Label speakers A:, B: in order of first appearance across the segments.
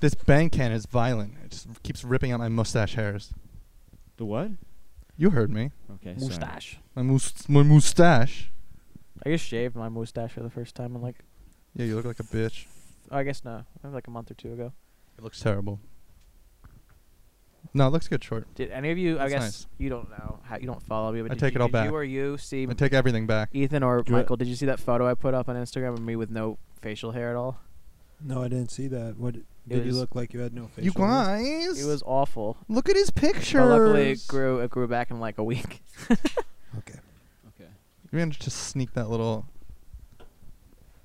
A: This bang can is violent. It just keeps ripping out my mustache hairs.
B: The what?
A: You heard me.
B: Okay. sorry.
C: Mustache.
A: My, must- my mustache.
C: I just shaved my mustache for the first time in like,
A: Yeah, you look like a bitch.
C: oh, I guess no, maybe like a month or two ago.
A: It looks terrible. No, it looks good short.
C: Did any of you? I
A: That's
C: guess
A: nice.
C: you don't know how you don't follow me, but
A: I
C: did
A: take it
C: you,
A: all
C: did
A: back.
C: You or you see
A: I take everything back.
C: Ethan or
B: Do it.
C: Michael? Did you see that photo I put up on Instagram of me with no facial hair at all?
D: No, I didn't see that. What did you
C: was-
D: look like? You had no face.
A: You guys,
C: It was awful.
A: look at his picture.
C: But luckily, it grew it grew back in like a week.
B: Okay.
A: You managed to sneak that little.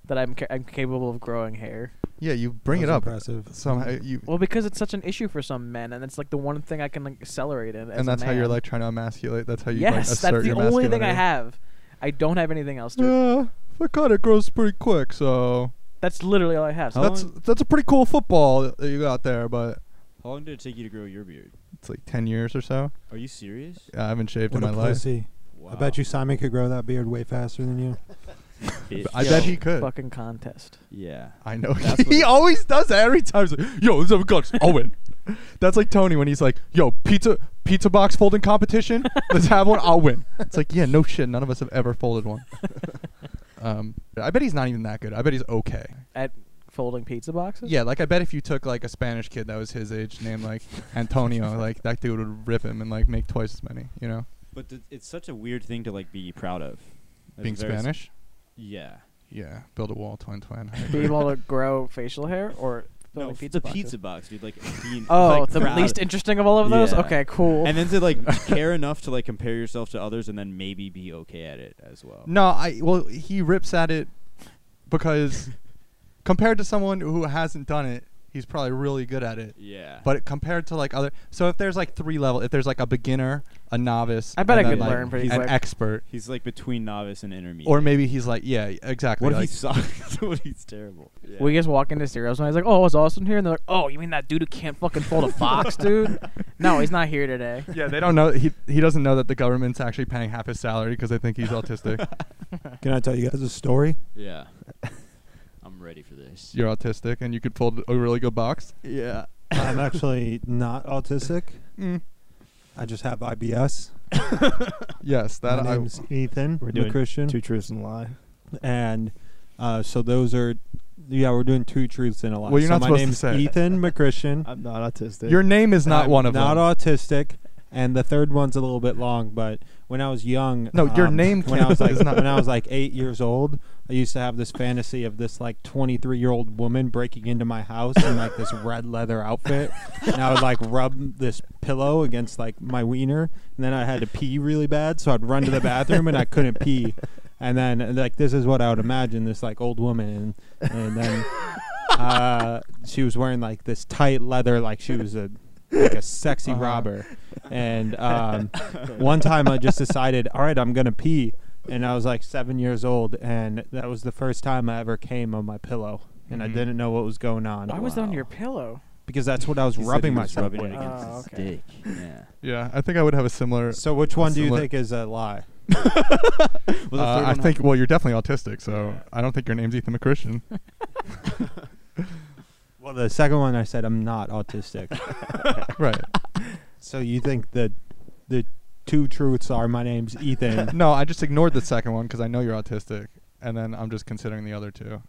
C: that I'm ca- I'm capable of growing hair.
A: Yeah, you bring it
D: That
A: up
D: was impressive.
A: somehow. You
C: Well, because it's such an issue for some men, and it's like the one thing I can like, accelerate in. as
A: and
C: a
A: that's how you're
C: man.
A: like trying to emasculate. That's how you like,
C: Yes,
A: assert
C: that's the
A: your
C: only thing I
A: masculinity.
C: have. I don't have anything else to. it.
A: Yeah, that kind of grows pretty quick. So
C: That's literally all I have. So
A: that's that's a pretty cool football that you got there, but
B: How long did it take you to grow your beard?
A: it's like ten years or so.
B: Are you serious?
A: I haven't shaved
D: What
A: in
D: a
A: my life.
D: pussy.
B: Wow.
D: I bet you Simon could grow that beard way faster than you.
B: Bitch.
A: I bet
C: Yo.
A: he could.
C: fucking contest.
B: Yeah.
A: I know.
B: That's what
A: he
B: it-
A: always does that every time. He's like, yo, this is Cox Owen. That's like Tony when he's like, yo, pizza pizza box folding competition. Let's have one. I'll win. It's like, yeah, no shit. None of us have ever folded one. um, I bet he's not even that good. I bet he's okay.
C: At folding pizza boxes.
A: Yeah, like I bet if you took like a Spanish kid that was his age, named like Antonio, like that dude would rip him and like make twice as many. You know,
B: But th- it's such a weird thing to like be proud of. That's
A: being
B: very s-
A: Spanish.
B: Yeah.
A: Yeah, build a wall, twin twin. I
C: Being
A: agree.
C: able to grow facial hair or
B: No,
C: folding
B: f-
C: pizza
B: the
C: boxes.
B: pizza box, dude. Like, being,
C: Oh,
B: like,
C: the
B: proud
C: least
B: of-
C: interesting of all of those.
B: Yeah.
C: Okay, cool.
B: and then to like care enough to like compare yourself to others, and then maybe be okay at it as well.
A: No, I well he rips at it because compared to someone who hasn't done it, he's probably really good at it.
B: Yeah.
A: But compared to like other, so if there's like three level, if there's like a beginner, a novice,
C: I bet
A: and
C: I
A: then,
C: could
A: like,
C: learn pretty
A: he's an
C: quick.
A: expert,
B: he's like between novice and intermediate.
A: or maybe he's like yeah, exactly.
B: what if he
A: like,
B: sucks? what if he's terrible? Yeah.
C: We just walk into Zero's and he's like, "Oh, it's Austin here," and they're like, "Oh, you mean that dude who can't fucking fold a box, dude? No, he's not here today."
A: yeah, they don't know. He he doesn't know that the government's actually paying half his salary because they think he's autistic.
D: Can I tell you guys a story?
B: yeah. I'm ready for this.
A: You're autistic, and you could fold a really good box.
B: Yeah.
D: I'm actually not autistic.
A: Mm.
D: I just have IBS.
A: Yes, that
D: My
A: I.
D: name's Ethan.
E: We're
D: I'm a
E: doing
D: Christian.
E: Two truths and a lie.
D: and uh, so those are, yeah, we're doing two truths and a lie.
A: Well, you're
D: so
A: not
D: my
A: supposed to
D: name's
A: say it.
D: Ethan McChristian.
E: I'm not autistic.
A: Your name is not
D: I'm
A: one of
D: not
A: them.
D: autistic, and the third one's a little bit long. But when I was young,
A: No, your
D: um,
A: name
D: when I was
A: count
D: like
A: is not-
D: when I was like eight years old, I used to have this fantasy of this like twenty three year old woman breaking into my house in like this red leather outfit, and I would like rub this pillow against like my wiener, and then I had to pee really bad, so I'd run to the bathroom and I couldn't pee. And then, like, this is what I would imagine this, like, old woman. And, and then uh, she was wearing, like, this tight leather, like, she was a like a sexy
A: Uh-huh.
D: robber. And um, one time I just decided, all right, I'm going to pee. And I was like seven years old. And that was the first time I ever came on my pillow. And I
B: Mm-hmm.
A: Mhm.
D: didn't know what was going on.
C: Why was that on
B: Wow.
C: your pillow?
D: Because that's what I was
B: He said
D: rubbing
B: he was
D: myself
B: rubbing it
D: with.
B: against
C: Oh,
B: his
C: okay.
B: dick. Yeah.
A: Yeah, I think I would have a similar.
D: So which one do you
A: Similar-
D: think is a lie?
B: Well, the
A: Uh,
B: third
A: I
B: one
A: think.
B: had-
A: Well, you're definitely autistic, so I don't think your name's Ethan McChristian.
D: Well, the second one I said I'm not autistic.
A: right.
D: so you think the the two truths are my name's Ethan?
A: No, I just ignored the second one because I know you're autistic, and then I'm just considering the other two.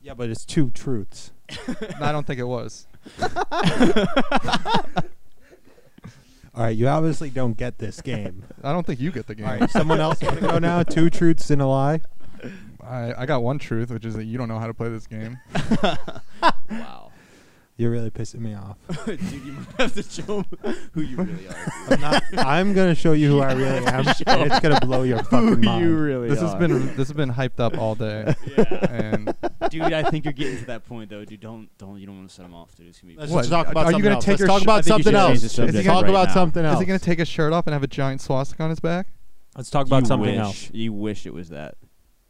D: yeah, but it's two truths.
A: No, I don't think it was.
D: All right, you obviously don't get this game.
A: I don't think you get the game.
D: All right, someone else want to go now? Two truths and a lie.
A: I, I got one truth, which is that you don't know how to play this game.
B: Wow.
D: You're really pissing me off.
B: Dude, you might have to show 'em who you really are.
D: I'm, not, I'm gonna show you who I really am, and it's gonna blow your fucking mind.
E: really
A: this has been this has been hyped up all day,
B: dude. Yeah.
A: and
B: Dude, I think you're getting to that point though. Dude, don't don't you don't want to set him off, dude. It's gonna be.
D: Let's
A: What?
D: just talk about
A: Are you
D: something
A: gonna
D: else.
A: take
D: Let's
A: your
D: talk
A: sh-
D: about
B: I think you
D: something
B: should
D: else.
B: change the
D: Let's
B: subject
D: talk
B: right
D: about
B: now.
D: something else.
A: is he gonna take his shirt off and have a giant swastika on his back?
D: Let's talk about
B: You
D: something
B: wish-
D: else.
B: You wish it was that.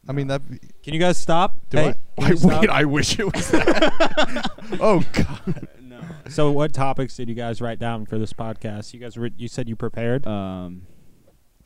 A: I mean that.
D: Can you guys stop?
A: Do
D: hey,
A: I?
D: can you stop?
A: wait, I wish it was that. oh God.
B: No.
D: So, what topics did you guys write down for this podcast? You guys, were, you said you prepared.
B: Um,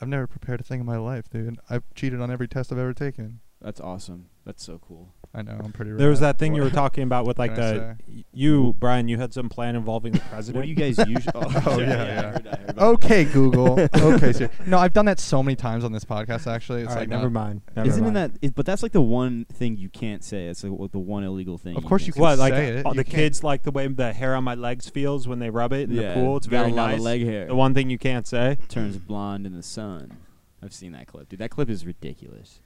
A: I've never prepared a thing in my life, dude. I've cheated on every test I've ever taken.
B: that's awesome. That's so cool.
A: I know. I'm pretty.
D: There was
A: rad.
D: that thing you were
A: What-
D: talking about with like
A: can I
D: the you Brian. You had some plan involving the president.
B: What do you guys usually? Oh,
A: Oh, yeah, yeah.
B: I heard- I heard about that.
A: Okay, Google. okay, sir. No, I've done that so many times on this podcast. Actually, it's
D: All right,
A: like
D: never
A: not-
D: mind. Never
B: Isn't in
D: mind.
B: that? It, but that's like the one thing you can't say. It's like well, the one illegal thing.
A: Of course
B: can't
A: you
B: say.
A: can
D: what like
A: say it,
D: all
A: you
D: the
A: can't-
D: kids like the way the hair on my legs feels when they rub it in
B: Yeah,
D: the pool? It's
B: got
D: very
B: a lot
D: nice.
B: Of leg hair.
D: The one thing you can't say.
B: turns blonde in the sun. I've seen that clip, dude. That clip is ridiculous.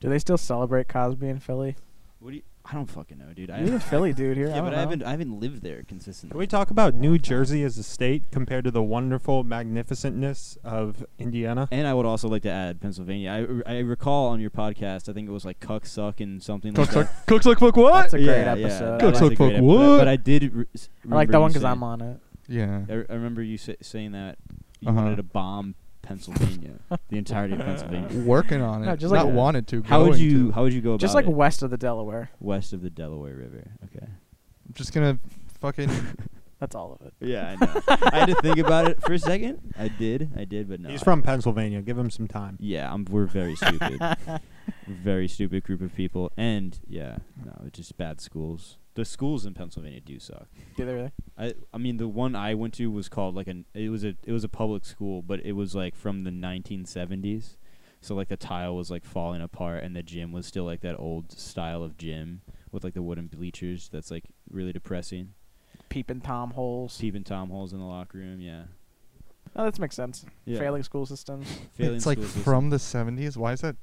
C: Do they still celebrate Cosby in Philly?
B: What do you? I don't fucking know, dude. I
C: You're a Philly dude here.
B: yeah,
C: I
B: but I
C: don't know.
B: haven't. I haven't lived there consistently.
D: Can we talk about New Jersey as a state compared to the wonderful magnificentness of Indiana?
B: And I would also like to add Pennsylvania. I, I recall on your podcast, I think it was like cuck suck and something
A: Cooks
B: like
A: like,
B: that.
A: cooks like fuck what?
C: That's a great
B: yeah, yeah, that
C: episode.
A: Cuck
B: was
A: suck
B: a great
A: fuck
B: episode.
A: what?
B: But I did. Re- s-
C: I like that
B: remember
C: one
B: you
C: because
B: saying-
C: I'm uh, on it.
A: yeah.
B: I, I remember you sa- saying that you
A: Uh-huh.
B: wanted to bomb Pennsylvania, the entirety of Pennsylvania.
A: Working on it.
C: No, just
A: not
C: like-
A: wanted to.
B: How would
A: going
B: you?
A: to.
B: How would you go about
C: Just like
B: it?
C: west of the Delaware.
B: west of the Delaware River? Okay.
A: I'm just gonna fucking.
C: That's all of it.
B: Yeah, I know. I had to think about it for a second. I did. I did, but no.
D: He's
B: I-
D: from Pennsylvania. Give him some time.
B: Yeah, I'm, we're very stupid. very stupid group of people. And yeah, no, it's just bad schools. The schools in Pennsylvania do suck.
C: Do they really?
B: I I mean the one I went to was called like an it was a it was a public school, but it was like from the 1970s. So like the tile was like falling apart and the gym was still like that old style of gym with like the wooden bleachers that's like really depressing.
C: Peeping Tom holes.
B: Steve and Tom holes in the locker room, yeah.
C: Oh, that makes sense.
B: yeah.
C: Failing school systems.
B: Failing
A: it's like
B: school system.
A: from the 70s. Why is that?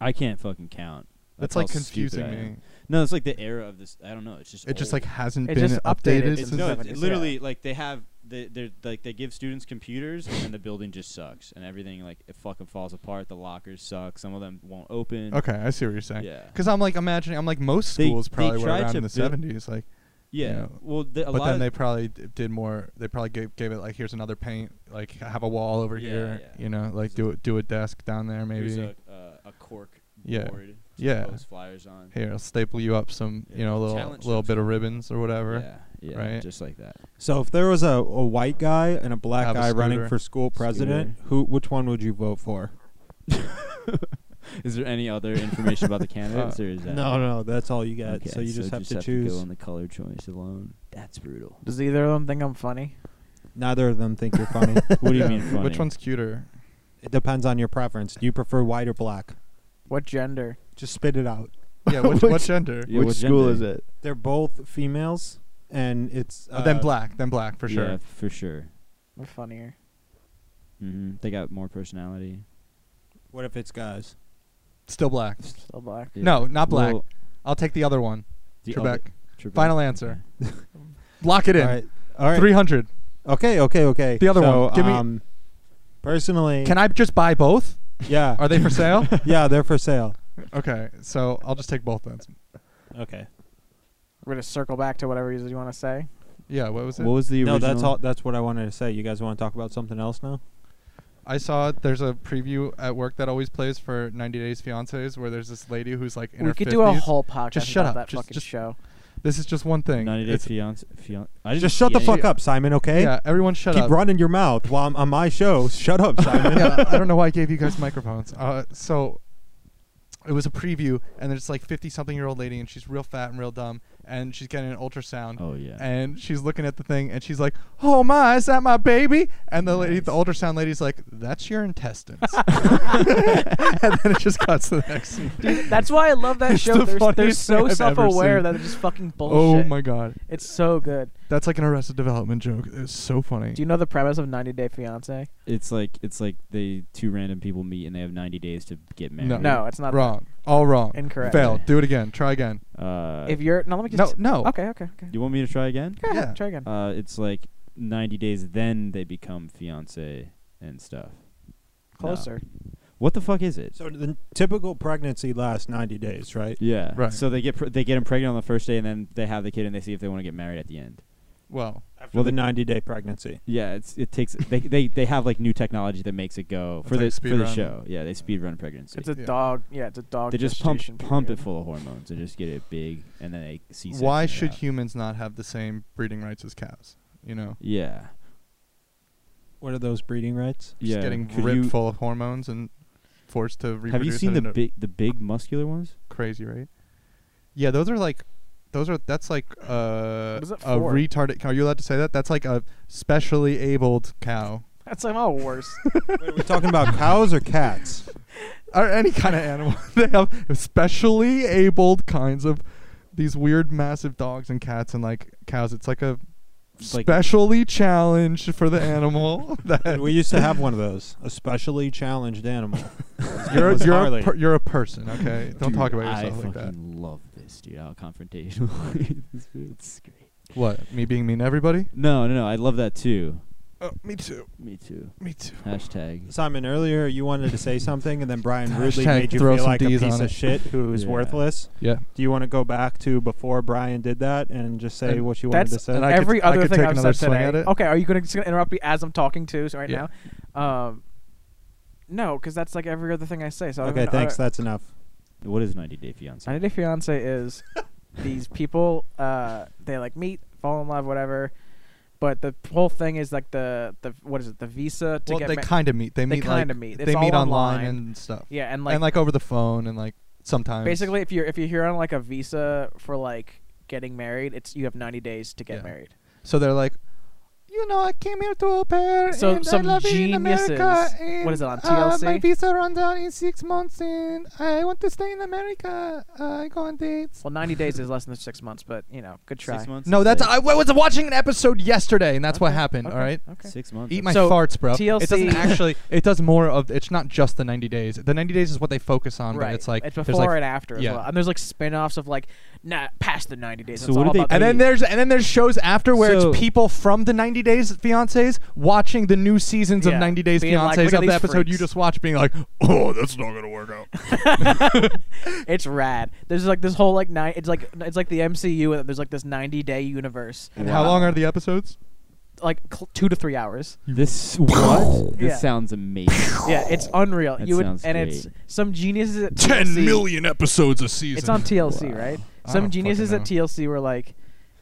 B: I can't fucking count.
A: That's,
B: how
A: like
B: stupid
A: confusing
B: I
A: me.
B: am. No, it's like the era of this. I don't know. It's just
A: It just
B: old.
A: like hasn't
C: It
A: been
C: just
A: updated
C: updated since
A: since.
B: no,
C: the
B: it's- it
C: 70s,
B: literally
C: yeah.
B: like they have they they're like they give students computers and then the building just sucks and everything like it fucking falls apart. The lockers suck. Some of them won't open.
A: okay, I see what you're saying.
B: Yeah.
A: Because I'm like imagining, I'm like most
B: They-
A: schools
B: they
A: probably were
B: tried
A: around
B: to
A: in the
B: buil-
A: 70s. Like,
B: Yeah.
A: Yeah.
B: Well, the, a
A: but
B: lot
A: then
B: of
A: they probably d- did more. They probably gave, gave it like, here's another paint. Like, have a wall over
B: Yeah,
A: here.
B: yeah.
A: You know, like
B: There's
A: do
B: a-
A: it, do a desk down there
B: there's
A: maybe.
B: a, uh, a cork
A: Yeah.
B: board to
A: Yeah.
B: post flyers on.
A: Here, I'll staple you up some,
B: Yeah,
A: you know, little
B: talent
A: little
B: shows.
A: bit of ribbons or whatever.
B: Yeah. Yeah.
A: Right.
B: Just like that.
D: So if there was a, a white guy and a black
A: Have a
D: guy running
A: scooter.
D: for school president, who which one would you vote for?
B: Is there any other information about the candidates or is that
D: No, no, that's all you got.
B: Okay,
D: so you just have to choose.
B: go on the color choice alone. That's brutal.
C: Does either of them think I'm funny?
D: Neither of them think you're funny.
B: What do you
A: Yeah.
B: mean funny?
A: Which one's cuter?
D: it depends on your preference. Do you prefer white or black?
C: What gender?
D: Just spit it out.
A: Yeah, which,
D: Which-
A: what gender?
B: Yeah, what gender?
A: it?
D: They're both females, and it's uh,
A: Oh, then black, then black for sure.
B: Uh, Yeah, for sure.
C: We're funnier.
B: hmm They got more personality.
D: What if it's guys?
A: Still black.
C: Still black.
B: Yeah.
A: No, not black.
B: Well,
A: I'll take the other one.
B: the
A: Trebek.
B: other- Trebek.
A: Final answer. Lock it
D: All
A: in.
D: right, all right.
A: 300.
D: Okay, okay, okay.
A: The other
D: So,
A: one. Give me-
D: Um, personally,
A: Can I just buy both?
D: Yeah,
A: Are they for sale?
D: yeah, they're for sale.
A: okay, so I'll just take both then.
D: Okay.
C: We're gonna circle back to whatever you want to say.
A: Yeah, what was it?
B: What was the
D: No,
B: original?
D: that's all. That's what I wanted to say. You guys want to talk about something else now?
A: I saw there's a preview at work that always plays for 90 Days Fiancés where there's this lady who's like in
C: we
A: her
C: could
A: 50s.
C: do a whole podcast
A: Just shut
C: about
A: up.
C: that
A: Just-
C: fucking
A: just-
C: show.
A: This is just one thing.
B: 90 Day
A: It's-
B: Fiance. fian- I didn't
D: Just
B: see
D: shut the
B: any-
D: fuck up, Simon. Okay.
A: Yeah, everyone shut
D: Keep
A: up.
D: running your mouth while I'm on my show. Shut up, Simon.
A: yeah, I don't know why I gave you guys microphones. Uh, so it was a preview, and there's like 50 something year old lady, and she's real fat and real dumb, and she's getting an ultrasound.
B: Oh yeah.
A: And she's looking at the thing, and she's like, "Oh my, is that my baby?" And the lady, the
B: Nice.
A: ultrasound lady's like, "That's your intestines." and then it just cuts to the next scene.
C: Dude, that's why I love that
A: It's
C: show.
A: the
C: They're, they're
A: funniest thing
C: so
A: I've ever
C: self-aware
A: seen.
C: that they're just fucking
A: Oh
C: bullshit.
A: my god,
C: It's so good.
A: that's like an Arrested Development joke. It's so funny.
C: Do you know the premise of 90 Day Fiance?
B: It's like it's like they two random people meet and they have 90 days to get married.
C: No, it's not.
A: wrong, all wrong,
C: Incorrect.
A: Failed. Do it again. Try again.
B: Uh,
C: If you're no, let me
A: No,
C: just.
A: no.
C: Okay, okay, okay.
B: you want me to try again?
C: Go ahead,
A: Yeah.
C: Try again.
B: Uh, it's like 90 days, then they become fiance and stuff.
C: Closer.
B: What the fuck is it?
D: So the typical pregnancy lasts 90 days, right?
B: yeah.
A: Right.
B: So they get pr- they get them pregnant on the first day, and then they have the kid, and they see if they want to get married at the end.
A: Well,
D: After well, the 90 day pregnancy.
B: Yeah, it's it takes they they, they have like new technology that makes it go
A: It's
B: for
A: like
B: the
A: speed
B: for the
A: run.
B: show. Yeah, they speed run pregnancy.
C: It's a
A: Yeah.
C: dog. Yeah, it's a dog.
B: they just pump
C: gestation
B: pump it
C: period.
B: full of hormones and just get it big, and then they see.
A: why should humans not have the same breeding rights as cows? You know,
B: Yeah,
D: What are those breeding rights?
A: just
B: yeah.
A: getting
B: Could
A: ripped
B: you-
A: full of hormones and forced to reproduce.
B: Have you seen
A: it
B: the
A: in a-
B: big the big muscular ones?
A: crazy, right? Yeah, those are like, those are that's like uh,
C: What is it
A: a
C: for?
A: retarded. Are you allowed to say that? That's like a specially abled cow
C: That's like all worse.
D: Wait, are we talking about cows or cats?
A: or any kind of animal. they have specially abled kinds of these weird massive dogs and cats and like cows. It's like a
B: It's like-
A: specially challenged for the animal. that
D: we used to have one of those, a specially challenged animal.
A: you're
D: It was
A: you're
D: Harley.
A: a per, you're a person. Okay, don't
B: Dude,
A: talk about
B: I
A: yourself like that.
B: fucking love this, dude. How confrontational. it's, it's great.
A: What? Me being mean to everybody?
B: No, no, no. I love that too.
A: Oh, me too.
B: Me too.
A: Me too.
B: Hashtag.
D: Simon, earlier you wanted to say something, and then Brian rudely
A: Hashtag
D: made you
A: throw
D: feel
A: some
D: like
A: Ds
D: a piece
A: on
D: of
A: it.
D: shit who is
B: Yeah.
D: worthless.
A: Yeah.
D: Do you want to go back to before Brian did that and just say
A: And
D: what you wanted
C: That's
D: to say?
A: and I could-
C: every
A: I
C: other
A: could
C: thing
A: take
C: I've
A: another
C: said
A: swing
C: today.
A: at it.
C: Okay, are you gonna, just gonna interrupt me as I'm talking too? So right
A: Yeah.
C: now, um, no, because that's like every other thing I say. So I
D: okay,
C: don't- I
D: thanks.
C: don't-
D: That's enough.
B: What is 90 Day Fiance?
C: 90 Day Fiance is these people, uh, they like meet, fall in love, whatever. But the whole thing is like the, the what is it, the visa to
A: well,
C: get
A: they
C: ma-
A: kind of meet. They
C: They
A: meet
C: kinda
A: like
C: meet.
A: they
C: It's all
A: meet online
C: online.
A: and stuff,
C: Yeah, and like,
A: and like over the phone and like sometimes.
C: basically if you're if you're here on like a visa for like getting married, it's you have 90 days to get
A: Yeah.
C: married.
A: so they're like, you know, I came here to au pair,
C: So
A: and
C: some
A: I love it in America.
C: geniuses-
A: And,
C: what is it, on
A: uh, my
C: TLC?
A: visa runs out in six months, and I want to stay in America. Uh, I go on dates.
C: Well, 90 days is less than 6 months, but you know, good try.
B: Six months.
A: No,
B: is
A: that's
B: like-
A: I, was watching an episode yesterday, and that's what happened.
C: Okay,
A: All right.
C: Okay.
B: Six months.
A: Eat my
C: So,
A: farts, bro. It doesn't
C: TLC
A: actually. It does more of. It's not just the 90 days. The 90 days is what they focus on,
C: right.
A: Um, but it's like
C: it's
A: there's
C: before
A: like
C: and after as
A: yeah.
C: well. And there's like spin-offs of like nah, past the 90 days.
B: So
C: It's
B: what
C: all
B: do they
C: about
B: pay
A: And then
B: Hey.
A: there's and then there's shows after where
B: So-
A: it's people from the 90 Days Fiancés watching the new seasons
C: Yeah,
A: of 90 Days
C: being like,
A: Fiancés
C: "Look at
A: of the
C: these
A: episode you
C: freaks."
A: just watched, being like, "Oh, that's not gonna work out."
C: It's rad. There's like this whole like nine. It's like it's like the MCU, and there's like this 90 day universe,
A: And how
B: Wow.
A: long are the episodes?
C: like cl- two to three hours.
B: This what?
C: Yeah.
B: This sounds amazing.
C: Yeah, it's unreal.
B: That
C: you would,
B: sounds
C: and it's
B: great.
C: some geniuses at
A: Ten million
C: TLC,
A: episodes a season.
C: It's on TLC,
B: Wow.
C: right?
A: I don't
C: Some geniuses
A: fucking
C: at
A: know.
C: TLC were like,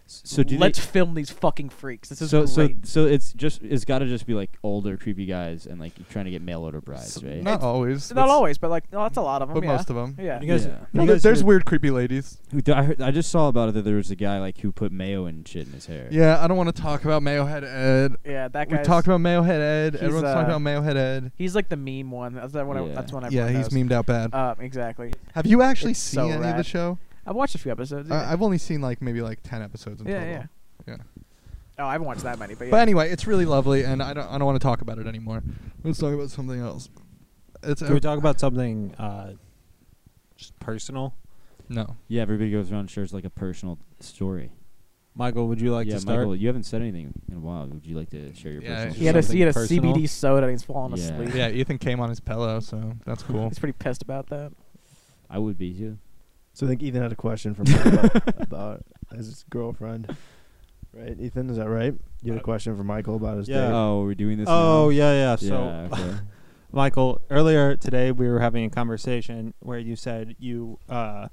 B: So do
C: "Let's
B: they,
C: film these fucking freaks. This is
B: so so
C: great."
B: so it's just it's got to just be like older creepy guys and like trying to get mail order brides, right?
A: Not always.
C: Not
A: That's-
C: always, but like, no, that's a lot of them.
A: but
C: yeah.
A: most of them.
C: Yeah.
D: You guys,
B: Yeah.
D: you
A: No,
D: guys
A: there's
D: heard-
A: weird, creepy ladies.
B: Who- I heard, I just saw about it that there was a guy like who put mayo and shit in his hair.
A: Yeah, I don't want to talk about Mayo Head Ed.
C: Yeah, that
A: We
C: guy.
A: talked about Mayo Head Ed.
C: he's,
A: Everyone's talking
C: uh,
A: about Mayo Head Ed.
C: He's like the meme one. That's that one. I,
B: Yeah.
C: that's one.
A: Yeah,
C: everyone
A: he's
C: knows.
A: memed out bad.
C: Um, exactly.
A: Have you actually
C: it's
A: seen
C: so
A: any of the
C: rad.
A: show?
C: I've watched a few episodes.
A: I- Uh, I've only seen like maybe like ten episodes in
C: yeah,
A: total.
C: yeah.
A: Yeah.
C: Oh, I haven't watched that many, but yeah.
A: But anyway, it's really lovely, and I don't, I don't want to talk about it anymore. Let's talk about something else. It's
D: Can we talk about something uh, just personal?
A: no.
B: Yeah, everybody goes around and shares like a personal story.
D: Michael, would you like
B: yeah,
D: to start?
B: Michael, you haven't said anything in a while. Would you like to share your
A: Yeah,
B: personal?
A: I-
C: He had, a, he had a
D: Something personal?
C: CBD soda and he's falling
B: Yeah.
C: asleep.
A: Yeah, Ethan came on his pillow, so that's cool.
C: He's pretty pissed about that.
B: I would be too.
E: So I think Ethan had a question from Michael about his girlfriend, right? Ethan, is that right? You had a question for Michael about his
D: Uh, Yeah.
E: date.
B: Oh, we're doing this.
D: Oh
B: now?
D: yeah, yeah. So
B: yeah. okay.
D: Michael, earlier today we were having a conversation where you said you uh,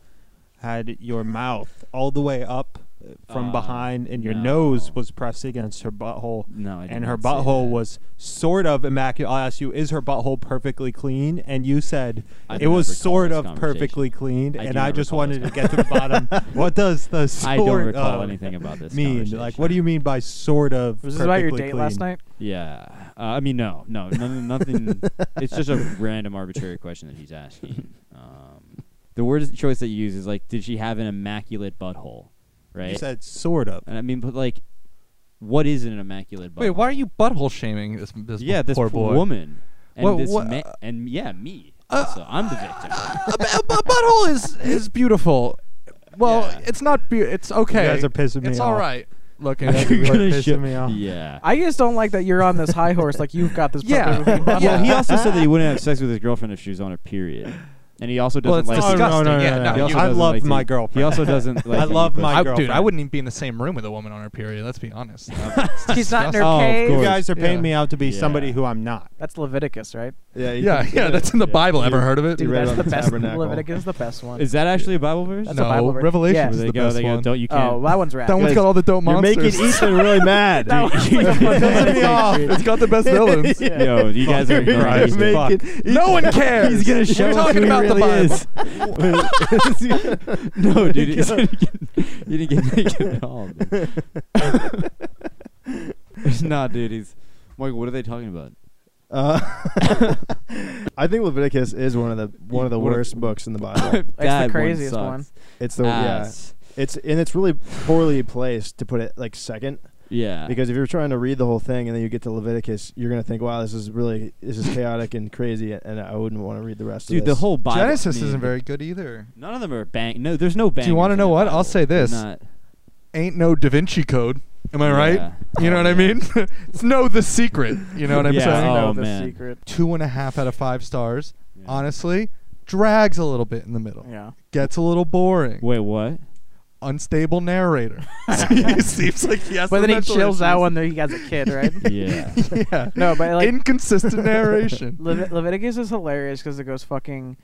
D: had your mouth all the way up from
B: Uh,
D: behind and your
B: no.
D: nose was pressed against her butthole.
B: no, I did
D: And her
B: not say
D: butthole
B: that.
D: was sort of immaculate. I'll ask you, is her butthole perfectly clean? And you said
B: I
D: it
B: do not
D: was
B: recall
D: sort
B: this
D: of
B: conversation.
D: perfectly clean.
B: I
D: and
B: do
D: I
B: not
D: just
B: recall this
D: wanted to get to the bottom. What does the
B: I don't
D: sort
B: recall
D: of
B: anything about this.
D: mean? Like, what do you mean by sort of?
C: Was this about your
D: perfectly
C: date last
D: clean?
C: night?
B: Yeah, uh, I mean, no, no, nothing. nothing it's just a random, arbitrary question that he's asking. Um, the word choice that you use is like, did she have an immaculate butthole, right? Uh,
D: You said sort of.
B: and I mean, but like, what is an immaculate butthole?
A: Wait, why are you butthole shaming this this
B: Yeah, this
A: poor boy?
B: woman, and
A: What-
B: this
A: what-
B: ma- and yeah, me.
A: Uh,
B: also, I'm the victim.
A: a, bu- a bu- butthole is is beautiful. Well,
B: Yeah.
A: it's not be- It's okay.
D: guys are pissing me
A: It's all
D: off.
A: right. Looking.
D: You guys are really
B: Gonna show-
D: pissing me off.
B: yeah.
C: I just don't like that you're on this high horse. Like you've got this.
A: Yeah.
C: perfect-
A: Yeah.
B: Well, he also said that he wouldn't have sex with his girlfriend if she was on her period. and he also
A: Well,
B: doesn't
A: it's
B: like.
A: disgusting.
D: Oh, no, no, no,
A: yeah, no,
D: no, no.
A: you-
D: I
B: doesn't
D: love
B: like
D: my
B: to-
D: girlfriend.
B: He also doesn't like.
D: I
B: to
D: love
B: eat
D: my
B: pussy.
A: I,
D: girlfriend.
A: dude, I wouldn't even be in the same room with a woman on her period. Let's be honest.
C: She's not in her
B: Oh, of
C: cave.
D: You
B: course.
D: guys are paying
A: Yeah.
D: me out to be
B: Yeah.
D: somebody who I'm not.
C: That's Leviticus, right?
E: Yeah, you
A: yeah,
E: can-
A: yeah, that's in the
B: Yeah.
A: Bible. Ever heard of it?
E: Dude,
C: Dude,
E: read
C: that's
E: about
C: the
E: the
C: best.
E: tabernacle.
C: Leviticus is the best one.
B: Is that actually a Bible verse?
C: That's a
A: no,
C: Bible verse.
A: Revelation
C: Yeah.
A: is
B: Where they
A: the
B: go,
A: best
B: they go,
A: one.
B: don't you
C: oh,
B: can't.
C: that one's rad.
A: That one's
E: Guys,
A: got all the dope
E: You're
A: monsters.
E: making Ethan really mad.
C: That one's
E: dude.
C: like a fun-
D: Pissing me off.
A: it's got the best villains.
C: Yeah.
B: Yo, you guys are crazy.
E: You're
D: Christ.
E: making-
D: Fuck.
A: No one cares.
B: He's gonna show
A: We're
B: us
A: talking
B: who he
A: about the
B: really
A: Bible.
B: is. no, dude, you didn't get, you didn't get naked at all. Dude. nah, dude, he's Michael. What are they talking about?
E: Uh, I think Leviticus is one of the one of the
B: What a-
E: worst books in the Bible.
C: the craziest one.
E: It's the yeah. It's and it's really poorly placed to put it like second
B: yeah.
E: because if you're trying to read the whole thing and then you get to Leviticus, you're gonna think, wow, this is really this is chaotic and crazy, and I wouldn't want to read the rest
B: dude,
E: of
B: the
E: this.
B: whole Bible.
A: Genesis
B: dude,
A: isn't very good either.
B: None of them are bang. No, there's no bang.
A: you wanna know what? I'll say this.
B: Not,
A: Ain't no Da Vinci Code. Am I right?
B: Yeah.
A: You know
B: Oh,
A: what I
B: yeah.
A: mean? it's no The Secret. You know what I'm
B: Yeah.
A: saying?
B: Oh,
C: know the
B: man.
C: secret.
A: Two and a half out of five stars.
B: Yeah.
A: Honestly, drags a little bit in the middle.
C: Yeah.
A: Gets a little boring.
B: Wait, what?
A: Unstable narrator. he seems like he has the
C: But then he
A: mental
C: chills out
A: issues.
C: when he has a kid, right?
B: Yeah.
A: yeah.
C: no, but like
A: Inconsistent narration.
C: Levit- Leviticus is hilarious because it goes fucking.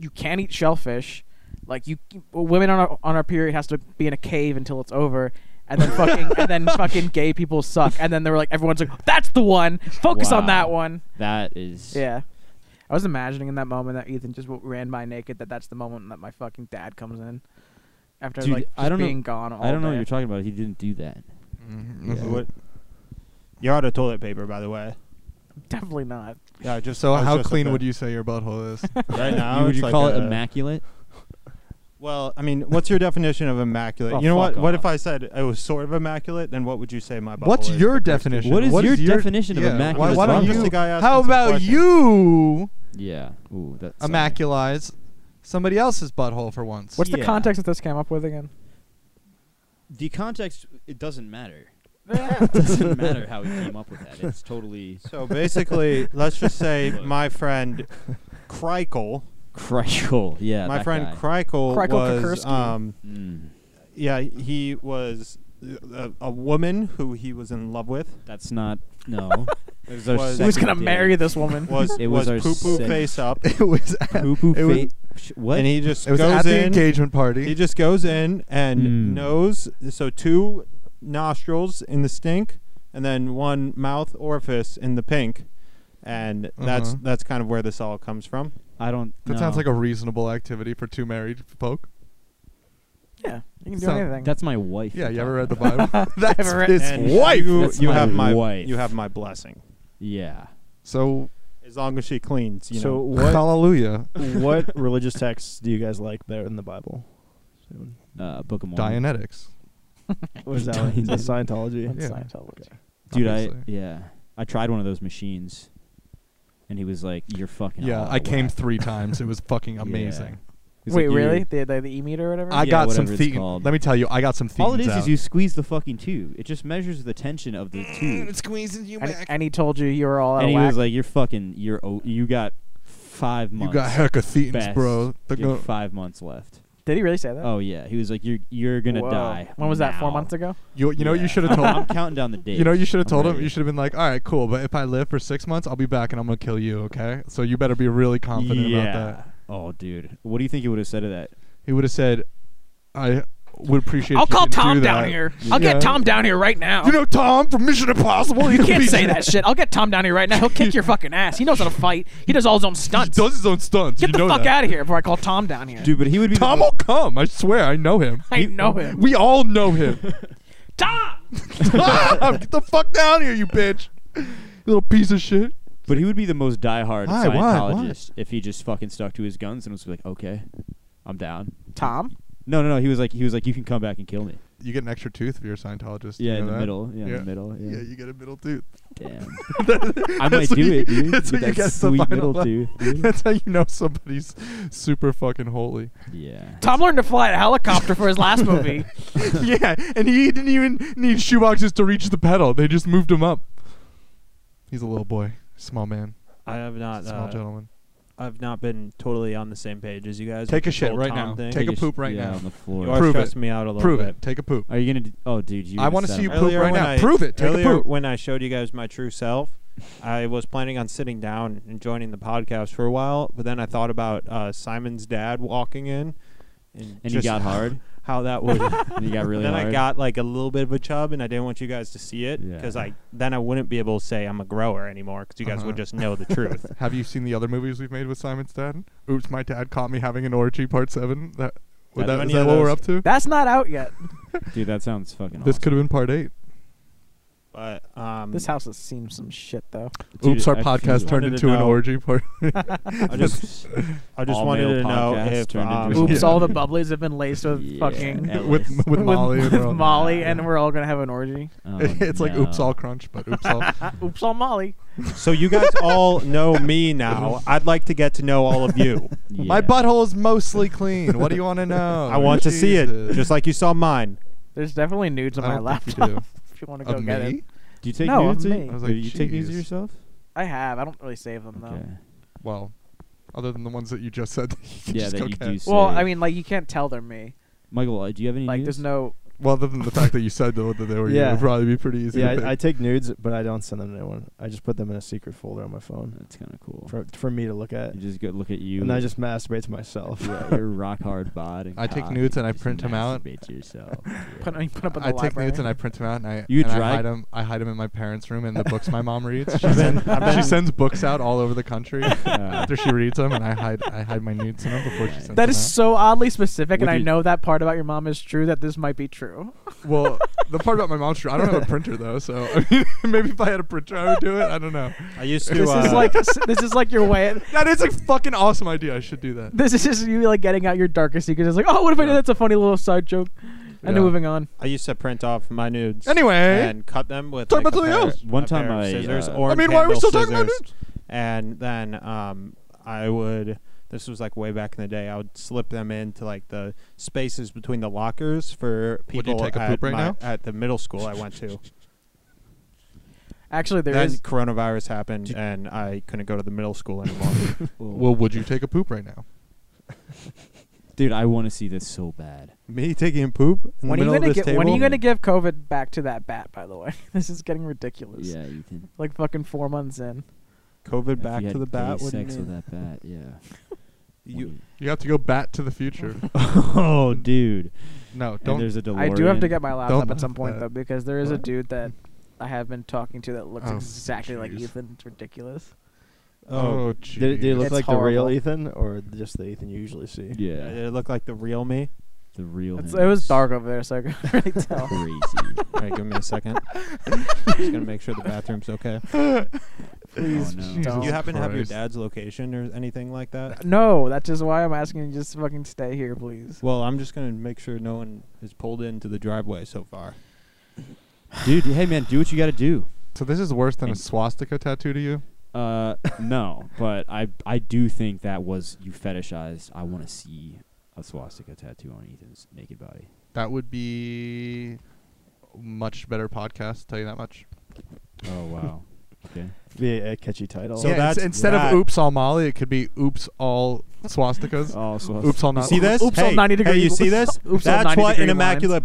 C: You can't eat shellfish. Like you, women on our on our period has to be in a cave until it's over, and then fucking and then fucking gay people suck, and then they're like everyone's like that's the one. Focus on
B: Wow.
C: that one.
B: that is.
C: Yeah. I was imagining in that moment that Ethan just w- ran by naked. That that's the moment that my fucking dad comes in, after
B: Dude,
C: like
B: I
C: just
B: don't know-
C: being gone all
B: I don't know what
C: day.
B: you're talking about. He didn't do that.
A: Mhm.
B: Yeah.
D: What? You're out of toilet paper, by the way.
C: Definitely not.
D: Yeah, just
A: So
D: I was
A: how
D: just
A: clean
D: looking.
A: would you say your butthole is?
D: right now?
B: You- would
D: it's
B: you
D: like
B: call it
D: a-
B: immaculate?
D: Well, I mean, what's your definition of immaculate?
B: Oh,
D: you know
B: fuck
D: what? What
B: off.
D: if I said it was sort of immaculate? Then what would you say my butthole
A: What's
D: is
A: your
D: compared to-
A: definition?
B: What is
A: What
B: your
A: is your-
B: definition
A: yeah,
B: of
A: why-
B: immaculate?
A: why don't
D: I'm
B: butthole?
A: you-
D: just a guy asking
A: How
D: some
A: about
D: questions.
A: you
B: Yeah. Ooh, that's
A: immaculize somebody else's butthole for once?
C: What's the
D: Yeah.
C: context that this came up with again?
B: The context it doesn't matter. it doesn't matter how he came up with that. It's totally
D: So basically, let's just say
B: Look.
D: my friend Kreikel,
B: Kreischel. Yeah,
D: my
B: that
D: friend
B: guy.
D: Kreikel,
C: Kreikel
D: was
C: Kukursky.
D: um,
B: Mm,
D: yeah, he was a, a woman who he was in love with.
B: that's not no. it was our
D: Was-
C: Who's
B: second
C: gonna
B: date.
C: marry this woman?
D: Was
B: It was our
D: poo poo
B: sex-
D: face up,
A: it was at,
B: Poo poo
A: it was-
B: fa- sh- What?
D: and he just
A: it was
D: goes
A: at the
D: in.
A: engagement party.
D: He just goes in and
B: Mm.
D: nose, so two nostrils in the stink, and then one mouth orifice in the pink, and that's
A: Uh-huh.
D: that's kind of where this all comes from.
B: I don't.
A: that
B: no.
A: sounds like a reasonable activity for two married folk.
C: Yeah, you can do
A: So-
C: anything.
B: That's my wife.
A: Yeah,
B: you're
A: you ever read the
B: talking about.
A: Bible? That's
C: Ever read-
A: his
D: And
A: wife.
D: You,
B: That's
D: you
B: my
D: have my
B: wife.
D: you have my blessing
B: Yeah.
A: So
D: as long as she cleans. You
E: so
D: know.
A: hallelujah.
E: what what religious texts do you guys like better in the Bible?
B: Uh, Book of Mormon.
A: Dianetics.
E: What is that? one?
B: Diane.
E: That's Scientology.
C: That's
A: Yeah.
C: Scientology.
B: Dude, I
A: obviously.
B: yeah. I tried one of those machines, and he was like, "You're fucking." all
A: Yeah,
B: out
A: I
B: of
A: came
B: whack."
A: three times. It was fucking
B: Yeah.
A: amazing.
B: He's
C: Wait,
B: like, "You're-
C: really? The, the the e meter or whatever.
A: I
B: Yeah,
A: got some
B: whatever it's
A: thetans.
B: called.
A: Let me tell you, I got some thetans
B: All it is
A: out.
B: is you squeeze the fucking tube. It just measures the tension of
A: Mm,
B: the tube.
A: squeezing you
C: and, and he told you you were all out
B: and
C: of
B: he
C: whack.
B: was like, "You're fucking. You're o- you got five months.
A: You got heck of thetans,
B: best.
A: bro. They're
B: You got
A: gonna-
B: five months left.
C: Did he really say that?
B: Oh yeah, he was like, "You're you're gonna
C: Whoa.
B: die."
C: When was that? Four
B: now."
C: months ago.
A: you, you know what
B: Yeah.
A: you should have told
B: I'm
A: him.
B: counting down the days.
A: You know, you should have
B: I'm
A: told him.
B: ready.
A: You should have been like, "All right, cool, but if I live for six months, I'll be back and I'm gonna kill you." Okay, so you better be really confident
B: yeah.
A: about that.
B: Oh, dude, what do you think he would have said to that?
A: He would have said, "I would appreciate."
C: I'll
A: if you
C: call
A: didn't do
C: Tom
A: that."
C: down here. I'll
A: Yeah.
C: get Tom down here right now.
A: You know Tom from Mission Impossible. He
C: you can't
A: beat
C: say that shit. I'll get Tom down here right now. He'll kick your fucking ass. He knows how to fight. He does all his own
A: He
C: stunts.
A: does his own stunts.
C: get
A: you
C: the
A: know
C: fuck
A: that.
C: out of here before I call Tom down here.
B: Dude, but he would be.
A: Tom will come. I swear, I know him.
C: I know him.
A: We all know him.
C: Tom.
A: Tom, get the fuck down here, you bitch. You little piece of shit.
B: but he would be the most diehard
A: Why, why, why?
B: Scientologist if he just fucking stuck to his guns and was like, "Okay, I'm down."
C: Tom.
B: No, no, no. He was like, he was like, "You can come back and kill me."
A: You get an extra tooth if you're a Scientologist.
B: Yeah,
A: you know
B: in the
A: that?
B: middle. Yeah, in
A: Yeah.
B: the middle.
A: Yeah, you get a middle tooth.
B: Damn. I might
A: That's what
B: do
A: you-
B: it, dude.
A: that's
B: with
A: what you
B: that
A: get as the
B: sweet
A: final
B: middle
A: laugh.
B: dude. dude.
A: That's how you know somebody's super fucking holy.
B: yeah.
C: Tom learned to fly a helicopter for his last movie.
A: yeah, and he didn't even need shoeboxes to reach the pedal. They just moved him up. He's a little boy, small man,
D: I have not.
B: uh,
A: small gentleman.
D: I've not been totally on the same page as you guys.
A: Take
D: with
A: a
D: this
A: shit
D: whole
A: right
D: Tom
A: now.
D: Thing.
A: Take a
B: sh-
A: poop right
B: yeah,
A: now.
B: on the
D: you
B: floor.
D: are
A: Prove it.
D: stressing me out a little
A: Prove
D: bit.
A: it. Take a poop.
B: Are you gonna? D- oh, dude, you.
A: I wanna
B: set
A: see you
B: him up.
A: poop
D: Earlier
A: right
D: when
A: now.
D: I-
A: Prove it. Take a
D: earlier
A: poop.
D: When I showed you guys my true self, I was planning on sitting down and joining the podcast for a while, but then I thought about uh, Simon's dad walking in, and,
B: And you
D: just
B: got hard.
D: How that would.
B: And you got really
D: then
B: hard.
D: I got like a little bit of a chub, and I didn't want you guys to see it because
B: Yeah.
D: I then I wouldn't be able to say I'm a grower anymore because you guys
A: Uh-huh.
D: would just know the truth.
A: Have you seen the other movies we've made with Simon's dad? Oops, my dad caught me having an orgy, part seven. That, would
D: That's
A: that,
D: any
A: is that
D: of
A: what we're
D: those.
A: up to?
C: That's not out yet.
B: dude, that sounds fucking.
A: This
B: awesome.
A: could have been part eight.
D: But um,
C: This house has seen some shit though.
B: Dude,
A: Oops, our
B: I
A: podcast
B: feel-
A: turned
D: Wanted to
A: into an
D: know.
A: orgy part.
D: I just I just
B: All
D: wanted
B: male
D: to know
B: podcast
D: if
B: turned into
D: um,
B: a
C: Oops,
A: Yeah.
C: all the bubblies have been laced with
B: Yeah,
C: fucking
B: at
A: with
B: least.
A: with Molly. and
C: with
A: all.
C: Molly,
A: Yeah.
C: and we're all gonna have an orgy.
B: Oh,
A: it's like oops
B: no.
A: all crunch, but oops all.
C: Oops, all Molly.
D: So you guys all know me now. I'd like to get to know all of you.
A: My
B: Yeah.
A: butthole is mostly clean. What do you want to know?
D: I want to see it,
A: Oh, Jesus.
D: just like you saw mine.
C: There's definitely nudes on
A: I
C: my
A: don't think
C: laptop.
A: you do.
C: if you want to go
A: Of
C: get
A: me?
C: it,
B: Do you take
C: No,
B: nudes?
C: of
B: of-
C: me.
A: I was
B: Do
A: like,
B: you take nudes of
A: "Jeez."
B: yourself?
C: I have. I don't really save them though.
B: Okay.
A: Well, other than the ones that you just said. you
B: Yeah,
A: just
B: that
A: don't
B: you
A: care.
B: do. Save.
C: Well, I mean, like you can't tell they're me.
B: Michael, uh, do you have any?
C: Like
B: nudes?
C: there's no.
A: Well, other than the fact that you said though that they were, yeah,
E: Yeah.
A: would probably be pretty easy.
E: Yeah,
A: to pick.
E: I, I take nudes, but I don't send them to anyone. I just put them in a secret folder on my phone
B: That's kind of cool.
E: for, for me to look at,
B: You just go look at you.
E: and I just masturbate to myself.
B: yeah, your rock hard bod. And
A: I take
B: cock,
A: nudes and I
B: just
A: print 'em out.
B: masturbate to yourself.
C: Put,
B: Yeah.
C: you put up in the
A: I take
C: library.
A: notes and I print them out and I
B: You
A: and I
B: dry-
A: hide them. I hide 'em in my parents' room in the books my mom reads. She,
D: I've
A: send,
D: been- I've
A: she
D: been-
A: sends books out all over the country
B: Yeah.
A: after she reads them, and I hide I hide my nudes in them before she sends
C: That
A: them
C: is so oddly specific,
B: Would
C: and I
B: you-
C: know that part about your mom is true. That this might be true.
A: out. Well, the part about my mom's true. I don't have a printer though, so I mean, maybe if I had a printer, I would do it. I don't know.
D: I used to.
C: This
D: uh,
C: is like this is like your way.
A: That is a fucking awesome idea. I should do that.
C: This is just you like getting out your darkest secrets. It's like, oh, what if I did? That's a funny little side joke. And
A: Yeah.
C: moving on.
D: I used to print off my nudes
A: Anyway,
D: and cut them with.
A: Talk
D: like,
A: about
D: a
A: something
D: pair-
A: else.
B: One
D: a pair
B: time
D: of
B: I,
D: scissors
B: uh,
D: or
A: I mean, why are we
D: candle
A: still talking about
D: scissors.
A: nudes?
D: And then um, I would. This was like way back in the day. I would slip them into like the spaces between the lockers for
A: Would
D: people
A: you take a
D: at,
A: poop right
D: my-
A: now?
D: at the middle school I went to.
C: Actually, there
D: then
C: is.
D: coronavirus happened,
A: Did-
D: and I couldn't go to the middle school anymore.
A: Well, would you take a poop right now?
B: dude, I want to see this so bad.
D: Me taking a poop in
C: When
D: the
C: are you
D: middle
C: gonna
D: of this
C: get? When are
D: table?
C: you gonna give COVID back to that bat? By the way, this is getting ridiculous.
B: Yeah, you can.
C: Like fucking four months in.
D: COVID
B: if
D: back
B: you
D: to
B: had
D: the bat.
B: gay
D: What do you
B: sex with
D: mean?
B: that bat. Yeah.
D: You-
A: You have to go back to the future.
B: oh, dude.
A: No,
B: And
A: don't.
B: there's a DeLorean.
C: I do have to get my laptop
A: Don't
C: at some
A: laugh
C: point
A: at
C: though, because there is a
A: What?
C: dude that I have been talking to that looks
A: Oh,
C: exactly like
A: jeez.
C: Ethan. It's ridiculous.
D: Oh,
A: Oh,
E: Did, it- did it
A: jeez.
E: look
C: It's
E: like the
C: horrible.
E: real Ethan or just the Ethan you usually see?
B: Yeah,
D: did it look like the real me?
B: the real.
C: It's,
B: him
C: it was
B: is
C: dark over there, so I couldn't really tell.
B: Crazy.
D: All right, give me a second. Just gonna make sure the bathroom's okay.
C: Please
B: Oh, no.
C: don't.
D: Do you happen to have your
A: Christ.
D: dad's location or anything like that?
C: No, that's just why I'm asking you to just fucking stay here, please.
D: Well, I'm just gonna make sure no one has pulled into the driveway so far.
B: dude. Hey, man, do what you got to do.
A: So this is worse than a
B: And-
A: swastika tattoo to you?
B: Uh, no, but I I do think that was you fetishized. I want to see a swastika tattoo on Ethan's naked body.
A: That would be much better podcast. Tell you that much.
B: Oh wow. okay.
E: Be a, a catchy title.
D: So
A: yeah, ins-
D: that's-
A: instead
D: that-
A: of "Oops all Molly," it could be "Oops all swastikas."
B: Oh, swastika.
A: Oops all
D: You
A: not.
D: see this?
C: Oops, all
D: hey,
C: 90
D: Hey, you
C: degrees.
D: see this?
C: Oops, all
D: That's
C: 90
D: what an
C: degree
D: immaculate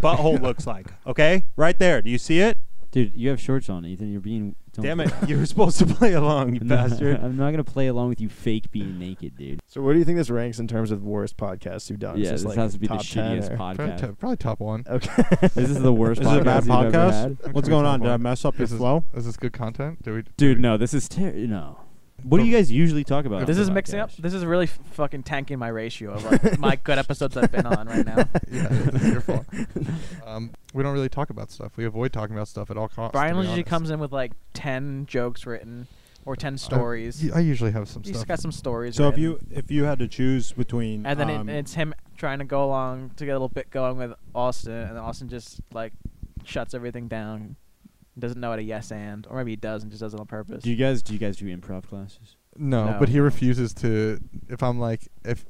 D: butthole looks like. Okay, right there. Do you see it?
B: Dude, you have shorts on, Ethan. You're being. Don't
D: Damn it! You were supposed to play along, you
B: I'm not-
D: bastard.
B: I'm not gonna play along with you, fake being naked, dude.
E: So where do you think this ranks in terms of worst podcasts you've done? Is
B: yeah,
E: Oh, this
B: this
E: like
B: has to be the
E: top 10
B: shittiest
E: or-
A: Probably,
B: podcast.
A: to- probably top one.
E: Okay.
B: this is the worst
D: This is a bad
B: podcast you've ever
D: podcast.
B: had.
D: What's
A: Okay,
D: going
A: top
D: on? Did I
A: one.
D: mess up your
A: This is-
D: flow?
A: Is this good content? Do we, do
B: Dude,
A: we-
B: no, this is ter- no. What do
A: But-
B: you guys usually talk about? on
C: This
B: the
C: is mixing up.
B: podcast?
C: This is really f- fucking tanking my ratio of like my good episodes I've been on right now.
A: Yeah, this is your fault. Um, we don't really talk about stuff. We avoid talking about stuff at all costs.
C: Brian
A: to be
C: usually
A: honest.
C: comes in with like ten jokes written or ten stories.
A: I, I usually have Uh, some
C: He's
A: stuff.
C: got some stories.
D: So if
C: written.
D: you if you had to choose between
C: and then
D: um,
C: it, it's him trying to go along to get a little bit going with Austin, and then Austin just like shuts everything down. Doesn't know how to yes and, or maybe he does and just does it on purpose.
B: Do you guys do you guys do improv classes?
A: no,
C: No.
A: but he refuses to. If I'm like, if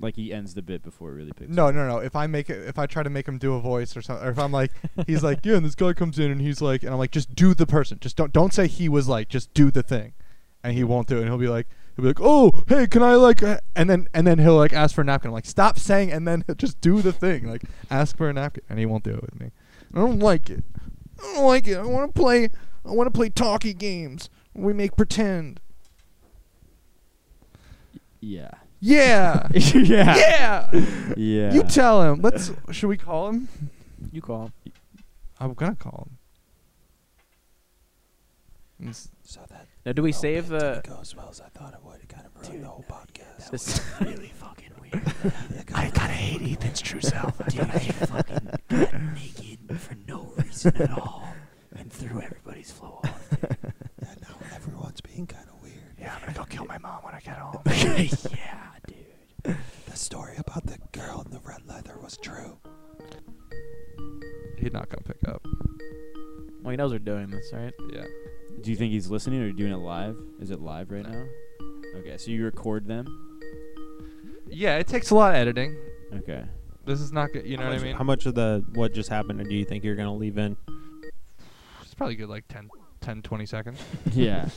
B: Like he ends the bit before it really picks.
A: No,
B: up.
A: no, no. If I make it, if I try to make him do a voice or something, or if I'm like, he's like, yeah, and this guy comes in and he's like, and I'm like, just do the person. Just don't, don't say he was like, just do the thing, and he won't do it. And he'll be like, He'll be like, "Oh, hey, can I like?" uh," And then and then he'll like ask for a napkin. I'm like, "Stop saying," and then he'll just do the thing, like ask for a napkin, and he won't do it with me. I don't like it. I don't like it. I want to play. I want to play talkie games. We make pretend.
B: Yeah.
A: Yeah.
B: yeah.
A: yeah.
B: Yeah.
A: You tell him. Let's. Should we call him?
C: You call. him.
A: I'm gonna call him. It's-
D: So that
C: Now, do we save the?
D: go as well as I thought it would. It kind of ruined the whole podcast.
C: this-
B: really fucking weird. I gotta hate Ethan's true self. Dude, he fucking got naked for no reason at all and threw everybody's flow off.
D: And now everyone's being kind of weird.
A: yeah, I'm gonna go kill my mom when I get home.
B: yeah, dude.
D: The story about the girl in the red leather was true.
A: He's not gonna pick up.
C: Well, he knows we're doing this, right?
A: Yeah.
B: Do you think he's listening or doing it live? Is it live right now? Okay, so you record them?
A: Yeah, it takes a lot of editing.
B: Okay.
A: This is not good. You know what I mean?
D: How much of the what just happened do you think you're gonna leave in?
A: It's probably good like 10, 10 20 seconds.
B: Yeah.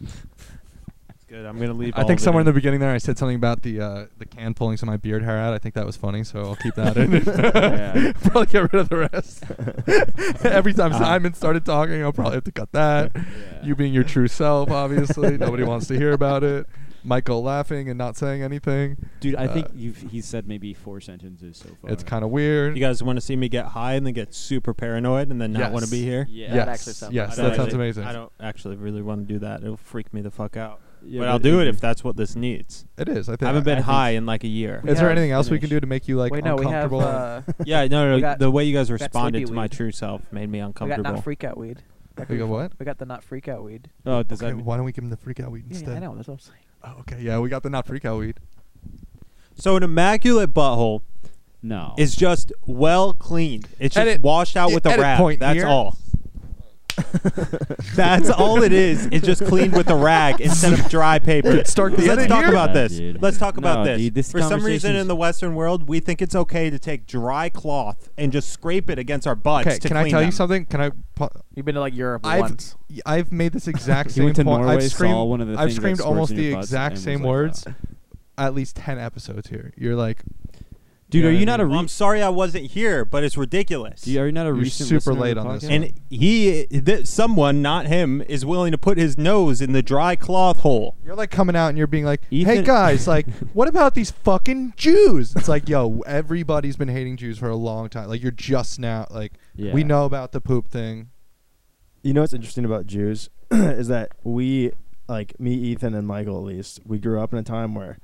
D: It's good. I'm gonna leave.
A: I think somewhere in the beginning there, I said something about the uh, the can pulling some of my beard hair out. I think that was funny, so I'll keep that in.
B: Yeah.
A: probably get rid of the rest. Every time
D: Uh-huh.
A: Simon started talking, I'll probably have to cut that.
B: Yeah.
A: You being your true self, obviously, nobody wants to hear about it. Michael laughing and not saying anything.
B: Dude, I
A: Uh,
B: think you've he's said maybe four sentences so far.
A: It's kind of weird.
D: You guys want to see me get high and then get super paranoid and then not want to be
A: Yes.
D: here?
B: yeah.
A: yes,
C: actually sounds
A: yes,
D: I
A: that
D: don't
A: sounds
D: actually-
A: amazing.
D: I don't actually really want to do that. It'll freak me the fuck out.
B: Yeah,
D: but I'll do it if that's what this needs.
A: It is. I think.
D: I haven't been
A: I think-
D: high in like a year.
A: Is there
C: have
A: anything else we can do
B: finished.
A: to make you like
C: Wait, no, we have
A: uncomfortable?
C: uh,
D: yeah, no, no.
C: We got-
D: the way you guys
C: got
D: responded
C: sleepy
D: to my
C: weed.
D: true self made me
C: we got
D: uncomfortable.
C: not freak out weed. That
A: we
C: could be
A: go
C: fun.
A: what?
C: We got the not freak out weed.
B: Oh, does
A: Okay,
B: that
A: why don't we give him the freak out weed
C: Yeah,
A: instead?
C: yeah, I know. That's what I'm saying.
A: Oh, okay, yeah, we got the not freak out weed.
D: so an immaculate butthole
B: No.
D: is just well cleaned. It's just
A: Edit-
D: washed out
A: e-
D: with a
A: edit
D: rag.
A: point
D: That's
A: here.
D: all. That's all it is. It's just cleaned with a rag instead of dry paper.
A: Start the
D: Let's
A: edit
D: talk
A: here?
D: about
B: Nah,
D: this.
B: dude.
D: Let's talk about
B: No,
D: this.
B: dude, this
D: For some reason,
B: conversation's-
D: in the Western world, we think it's okay to take dry cloth and just scrape it against our butts
A: Okay,
D: to
A: can I
D: clean
A: tell you
D: them.
A: something? Can I? pa-
C: You've been to like Europe
A: I've
C: once.
A: y- I've made this exact
B: He
A: same
B: went to
A: point.
B: Norway,
A: I've screamed,
B: saw one of the
A: I've
B: things that
A: screamed
B: squirts
A: almost
B: in your
A: the
B: butts
A: exact
B: and was
A: same
B: like,
A: words,
B: "Oh."
A: at least ten episodes here. You're like, You
B: Dude,
A: know
B: are
A: what I
B: you not a
D: Well,
B: re-
D: I'm sorry I wasn't here, but it's ridiculous.
B: do you, are you not a
A: You're
B: recent
A: super
B: listener of
A: late
B: the
A: on this
B: podcast?
A: one.
D: and he, th- someone, not him, is willing to put his nose in the dry cloth hole.
A: you're like coming out and you're being like, hey
B: Ethan-
A: guys, like, what about these fucking Jews? It's like, yo, everybody's been hating Jews for a long time. Like, you're just now, like, we
B: Yeah.
A: know about the poop thing.
E: You know what's interesting about Jews is that we, like me, Ethan, and Michael at least, we grew up in a time where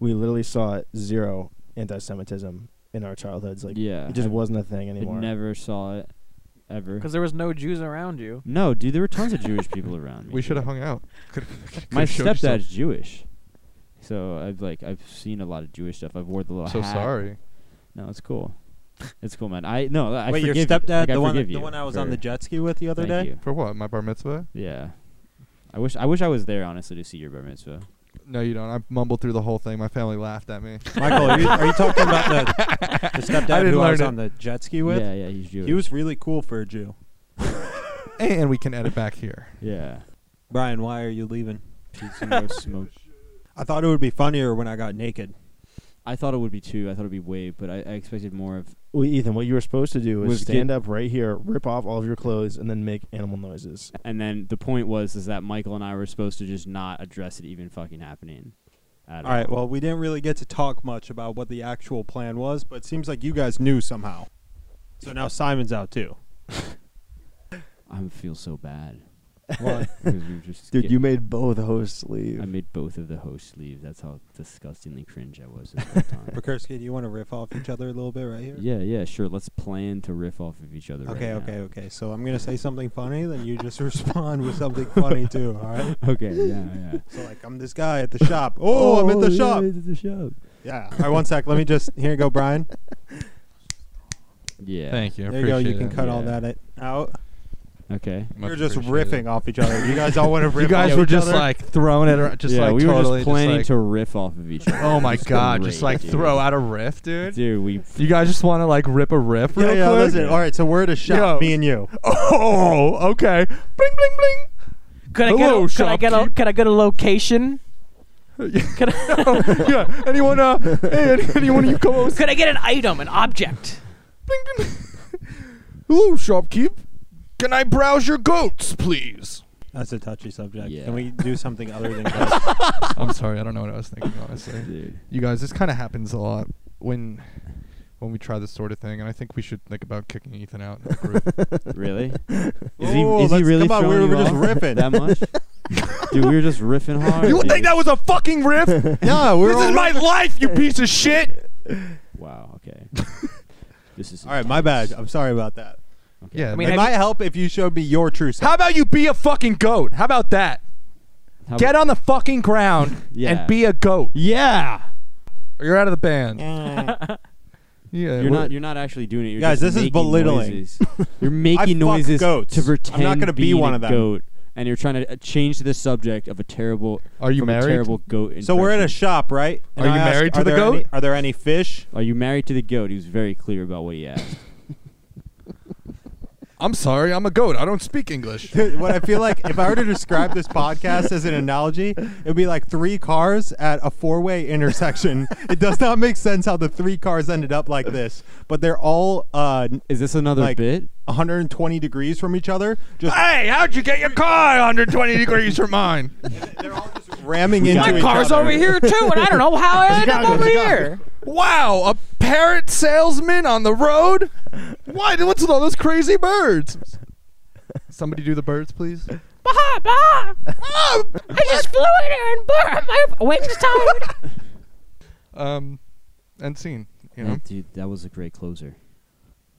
E: we literally saw zero anti-Semitism in our childhoods. Like,
B: Yeah.
E: it just
B: I-
E: wasn't a thing
B: I
E: anymore.
B: never saw it ever.
C: Because there was no Jews around you.
B: No, dude, there were tons of Jewish people around me.
A: We should have
B: dude.
A: hung out. Could've- could've
B: My
A: showed you some-
B: stepdad's Jewish, so I've like I've seen a lot of Jewish stuff. I've wore the little.
A: So
B: hat.
A: sorry.
B: No, it's cool. It's cool, man. I no, I
D: Wait, your
B: forgive
D: stepdad,
B: you. Like, I
D: the one,
B: forgive
D: the
B: you
D: one I was
B: for-
D: on the jet ski with the other
B: thank
D: day.
B: you.
A: For what? My bar mitzvah?
B: Yeah, I wish I wish I was there honestly to see your bar mitzvah.
A: No, you don't. I mumbled through the whole thing. My family laughed at me.
D: Michael, are you, are you talking about the, the
A: I
D: stepdad
A: didn't
D: who I
A: learn
D: was
A: it.
D: on the jet ski with?
B: Yeah, yeah, he's Jewish.
D: He was really cool for a Jew.
A: and we can edit back here.
B: Yeah.
D: Brian, why are you leaving?
B: She's no smoke.
D: I thought it would be funnier when I got naked.
B: I thought it would be two. I thought it would be way, but I, I expected more of.
E: Well, Ethan, what you were supposed to do is
B: Was get-
E: stand up right here, rip off all of your clothes, and then make animal noises.
B: And then the point was is that Michael and I were supposed to just not address it even fucking happening. At
D: All right, well, we didn't really get to talk much about what the actual plan was, but it seems like you guys knew somehow. So now Simon's out too.
B: I feel so bad.
D: What?
B: 'Cause we were just
E: Dude,
B: get-
E: you made both hosts leave.
B: I made both of the hosts leave. That's how disgustingly cringe I was this whole time.
D: Bukerski, do you want to riff off each other a little bit right here?
B: yeah, yeah, sure. Let's plan to riff off of each other.
D: Okay,
B: right
D: okay, okay. So I'm gonna say something funny, then you just respond with something funny too. All right.
B: Now. Okay, yeah, yeah.
D: So like, I'm this guy at the shop. Oh, I'm at the
B: yeah,
D: shop.
B: I'm at the shop.
D: Yeah. All right, one sec. Let me just here you go, Brian.
B: Yeah.
A: Thank you. I
D: there you go. You
A: appreciate
D: can
A: it.
D: cut all
B: Yeah.
D: that it- out.
B: Okay.
A: Much
D: You're just
A: appreciated.
D: riffing off each other. You guys all want to riff.
A: You
D: off
A: guys were
D: each
A: just
D: other?
A: like throwing it around, just
B: yeah,
A: like
B: we were
A: totally
B: just planning
A: just
B: to
A: like,
B: riff off of each other.
A: Oh my
B: It's
A: god,
B: great,
A: just like
B: dude.
A: throw out a riff, dude.
B: Dude, we
A: You guys just want to like rip a riff
D: Yeah,
A: real
D: yeah.
A: quick?
D: Listen. All right. So we're at a shop.
A: Yo.
D: Me and you.
A: Oh, okay. Bling bling bling.
C: Could I
A: Hello,
C: get? A, could I get? A,
A: shopkeep.
C: could I get a location? Could I,
A: yeah. Anyone? Uh, hey, any- anyone you come over?
C: could I get an item, an object?
A: Hello, shopkeep. Can I browse your goats, please?
D: That's a touchy subject.
B: Yeah.
D: Can we do something other than ghosts?
A: I'm sorry, I don't know what I was thinking. Honestly,
B: Dude.
A: you guys, this kind of happens a lot when when we try this sort of thing, and I think we should think about kicking Ethan out. Of the group.
B: Really? Is
D: Oh,
B: he, is he
D: let's-
B: really
D: come on, we
B: throwing
D: were
B: you
D: just
B: off
D: riffing.
B: that much? Dude, we were just riffing hard.
A: you
B: dude.
A: think that was a fucking riff?
D: yeah, we're
A: this is my life, you piece of shit.
B: Wow. Okay. this is
D: All right, my
B: intense.
D: bad. I'm sorry about that.
B: Okay.
A: Yeah.
C: I mean,
D: It
C: have
D: might help if you showed me your true self.
A: How about you be a fucking goat? How about that?
B: How
A: Get
B: about-
A: on the fucking ground
B: Yeah.
A: and be a goat.
B: Yeah.
A: Or you're out of the band.
D: Mm.
A: Yeah,
B: You're
A: we're-
B: not. You're not actually doing it. You're
D: Guys,
B: just
D: this is
B: making
D: belittling.
B: noises. You're
D: I fuck
B: making noises
D: goats.
B: to
D: I'm not
B: pretend.
D: gonna be
B: being
D: one
B: a
D: of them.
B: Goat, and you're trying to uh, change the subject of a terrible.
A: Are you
B: from A
A: married?
B: terrible goat.
D: so we're at a
B: impression.
D: shop, right?
A: Are you married to
D: are
A: the
D: there any-
A: goat?
D: are there any fish?
B: Are you married to the goat? He was very clear about what he asked.
A: I'm sorry, I'm a goat. I don't speak English.
D: Dude, what I feel like if I were to describe this podcast as an analogy, it would be like three cars at a four-way intersection. it does not make sense how the three cars ended up like this, but they're all uh,
B: Is this another
D: Like-
B: bit?
D: 120 degrees from each other, just
A: hey, how'd you get your car 120 degrees from mine?
D: ramming into
C: My
D: each
C: car's
D: other.
C: over here too, and I don't know how I ended up
E: Chicago,
C: over
E: Chicago.
C: here.
A: Wow, a parrot salesman on the road? Why? What's with all those crazy birds? Somebody do the birds, please.
C: Bah, bah.
A: Ah!
C: I just flew in here and bah, my wings tied.
A: um, and scene. You
C: Hmm?
B: Man,
A: know,
B: dude, that was a great closer.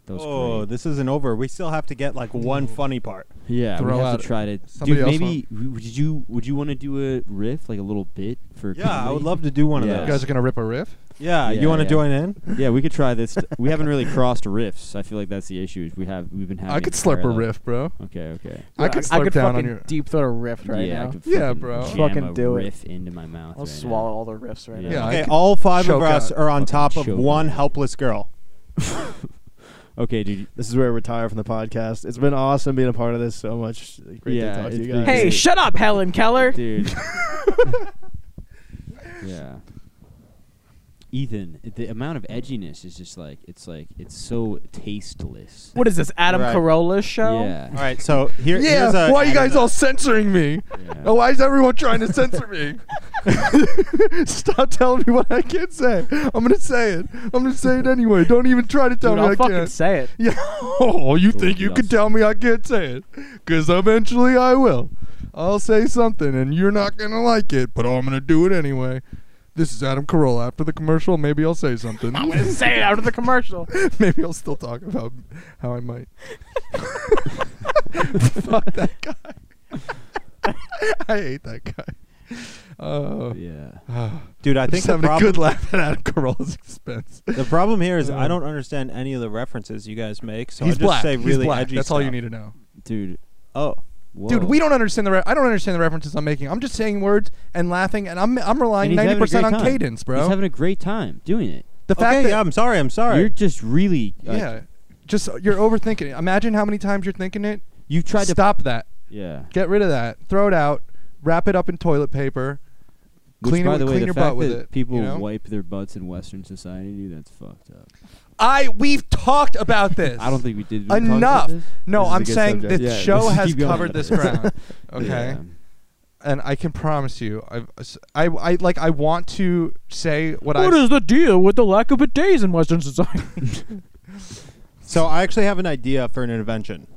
B: That was
D: Oh,
B: great.
D: this isn't over. We still have to get like one funny part.
B: yeah,
A: throw
B: we have
A: out-
B: to try to.
A: somebody
B: Dude,
A: else
B: maybe w- would you would you want to do a riff like a little bit for?
D: Yeah, I
B: comedy?
D: would love to do one
B: Yeah.
D: of
A: you
D: those.
A: guys are gonna rip a riff.
D: Yeah,
B: Yeah,
D: you want to
B: yeah.
D: join in?
B: Yeah, we could try this. we haven't really crossed riffs. I feel like that's the issue. is We have we've been having.
A: I could slurp a
B: parallel-
A: riff, bro.
B: Okay, okay.
A: I could slurp
C: I could
A: down on
C: fucking
A: your.
C: deep throat a riff right
B: yeah,
C: now.
B: I could
A: Yeah,
B: fucking
A: bro.
B: Jam
C: Fucking
B: a
C: do it.
B: riff into my mouth.
C: I'll
B: right
C: swallow
B: Now.
C: all the riffs right
B: Yeah.
C: now.
A: I
D: Okay,
A: could
D: all five of
A: choke
D: us
A: out.
D: are on top of
B: choke
D: one
B: out.
D: helpless girl.
B: Okay, dude.
E: This is where I retire from the podcast. It's been awesome being a part of this so much. Great
B: Yeah,
E: to talk to
B: it's
E: you
B: been
E: guys.
C: Hey,
B: Dude.
C: shut up, Helen Keller.
B: Dude. yeah. Ethan, the amount of edginess is just like it's like it's so tasteless.
C: What is this, Adam
D: Right.
C: Carolla show?
B: Yeah.
D: All right, so here, here's
A: Yeah,
D: a.
A: why are you guys all censoring me?
B: Yeah.
A: Oh, Why is everyone trying to censor me? Stop telling me what I can't say. I'm gonna say it. I'm gonna say it anyway. Don't even try to tell
C: Dude,
A: me
C: I'll
A: I
C: fucking
A: can't.
C: say it.
A: yeah. Oh, you think you
B: yes.
A: can tell me I can't say it? Because eventually I will. I'll say something, and you're not gonna like it, but I'm gonna do it anyway. This is Adam Carolla. After the commercial, maybe I'll say something.
C: I'm gonna say it out of the commercial.
A: maybe I'll still talk about how I might. Fuck that guy. I hate that guy. Oh.
B: Yeah.
D: Dude, Uh, I
A: I
D: think
A: think
D: the
A: having a
D: problem,
A: good laugh at Adam Carolla's expense.
D: the problem here is I
A: Uh.
D: don't understand any of the references you guys make, so
A: He's
D: I just
A: black.
D: say
A: He's
D: really
A: black.
D: edgy
A: That's all you
D: stuff.
A: need to know.
B: Dude.
D: Oh,
A: Dude,
B: whoa.
A: we don't understand the. Re- I don't understand the references I'm making. I'm just saying words and laughing, and I'm I'm
B: And
A: relying
B: he's having
A: ninety
B: a
A: percent
B: great
A: on
B: time.
A: cadence, bro.
B: He's having a great time doing it.
A: the fact
D: okay,
A: that
D: yeah, I'm sorry, I'm sorry.
B: You're just really like,
A: yeah, just uh, you're overthinking it. Imagine how many times you're thinking it.
B: You tried to
A: Stop that.
B: Yeah.
A: Get rid of that. Throw it out. Wrap it up in toilet paper.
B: Which,
A: clean it
B: by
A: with-
B: the way,
A: clean
B: the
A: your
B: fact
A: butt with
B: that
A: it,
B: People
A: you know?
B: wipe their butts in Western society, dude. That's fucked up.
A: I we've talked about this.
B: I don't think we did we talk about
A: enough.
B: this?
A: No,
E: This is a
A: I'm
E: good
A: saying
E: subject.
A: the
B: Yeah,
A: show
B: let's
A: has
B: keep going.
A: covered this ground. Okay.
B: Yeah.
A: and I can promise you, I've, I, I like I want to say what,
C: What
A: I.
C: is the deal with the lack of bidets in Western society?
D: so I actually have an idea for an intervention.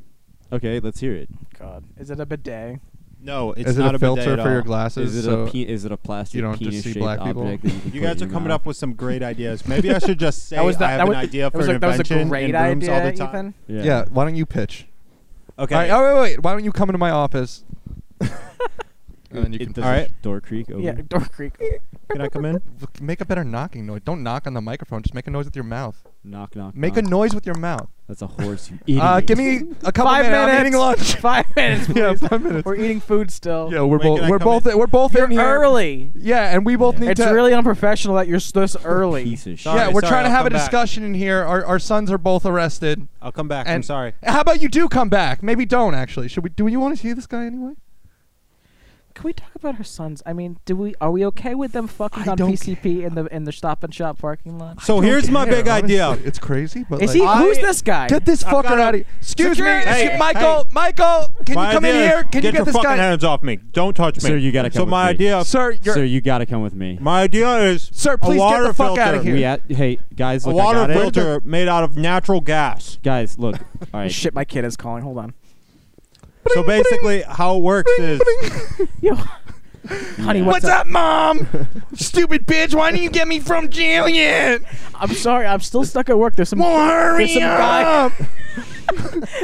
B: Okay, let's hear it.
C: God, is it a bidet?
D: No, it's
A: Is it
D: not
A: a
D: bidet
A: filter
D: at
A: for your
D: all.
A: glasses?
B: Is it
A: so
B: a pe- is it a plastic
A: you don't just see
B: penis shaped
A: black people?
B: object that you, can
D: You
B: put
D: guys
B: in
D: are
B: your
D: coming
B: mouth?
D: up with some great ideas. Maybe I should just say
C: That was the-
D: I have
C: that
D: an
C: was-
D: idea
C: that
D: for
C: was,
D: an
C: like, that was a
D: intervention
C: great
D: in rooms
C: idea,
D: all the time.
C: Ethan.
A: yeah. Why don't you pitch?
D: Okay.
A: All right. Oh wait, wait. Why don't you come into my office? and then you
B: It
A: can
B: does
D: All right.
B: Door Creek. Over.
C: Yeah, Door Creek.
D: Can I come in?
A: make a better knocking noise. Don't knock on the microphone. Just make a noise with your mouth.
B: Knock knock.
A: Make a
B: knock.
A: noise with your mouth.
B: That's a horse. You idiot.
A: Uh, give me a couple
C: Five
A: minutes. I'm
C: minutes.
A: eating lunch.
C: Five minutes. Please.
A: yeah, five minutes.
C: We're eating food still.
A: Yeah, we're
D: When can
A: both
D: I
A: we're
D: come
A: both
D: in?
A: we're both
C: You're
A: in here.
C: early.
A: Yeah, and we both
B: Yeah.
A: need
C: It's
A: to.
C: really unprofessional that you're s- this early.
B: piece of shit.
D: Sorry,
A: yeah, we're
D: sorry,
A: trying to
D: I'll
A: have a
D: come back.
A: discussion in here. Our, our sons are both arrested.
D: I'll come back. I'm
A: And-
D: sorry.
A: How about you do come back? Maybe don't actually. Should we? Do you want to see this guy anyway?
C: Can we talk about her sons? I mean, do we are we okay with them fucking
A: I
C: on
A: don't
C: PCP in the in the Stop and Shop parking lot?
D: So
A: I don't
D: here's my
A: care,
D: big idea.
A: honestly. It's crazy, but
C: Is
A: like,
C: he? who's
D: I-
C: this guy?
A: get this
D: I've
A: fucker
D: got a-
A: out of here. Excuse
C: Security,
A: me,
C: hey,
A: Michael. Michael, can
D: My
A: you come in
D: idea is
A: here? Can
D: get
A: you get
D: your
A: this
D: fucking
A: guy?
D: hands off me? Don't touch me.
B: Sir, you gotta
D: So
B: come
D: my
B: with me.
D: idea,
A: Sir, you're.
B: Sir, you got to come with me.
D: my idea is
A: Sir, please
D: a
A: get
D: water
A: the fuck
D: filter.
A: outta here.
B: we at, hey guys,
D: A
B: look, I
D: water
B: got it.
D: filter made out of natural gas.
B: Guys, look. All right.
C: Shit, my kid is calling. Hold on.
D: So basically, how it works is
C: Yo, honey,
B: Yeah.
C: what's,
A: What's up, mom? Stupid bitch. Why didn't you get me from jail yet?
C: I'm sorry, I'm still stuck at work. There's some
A: Well,
C: There's
A: hurry
C: some guy-
A: up.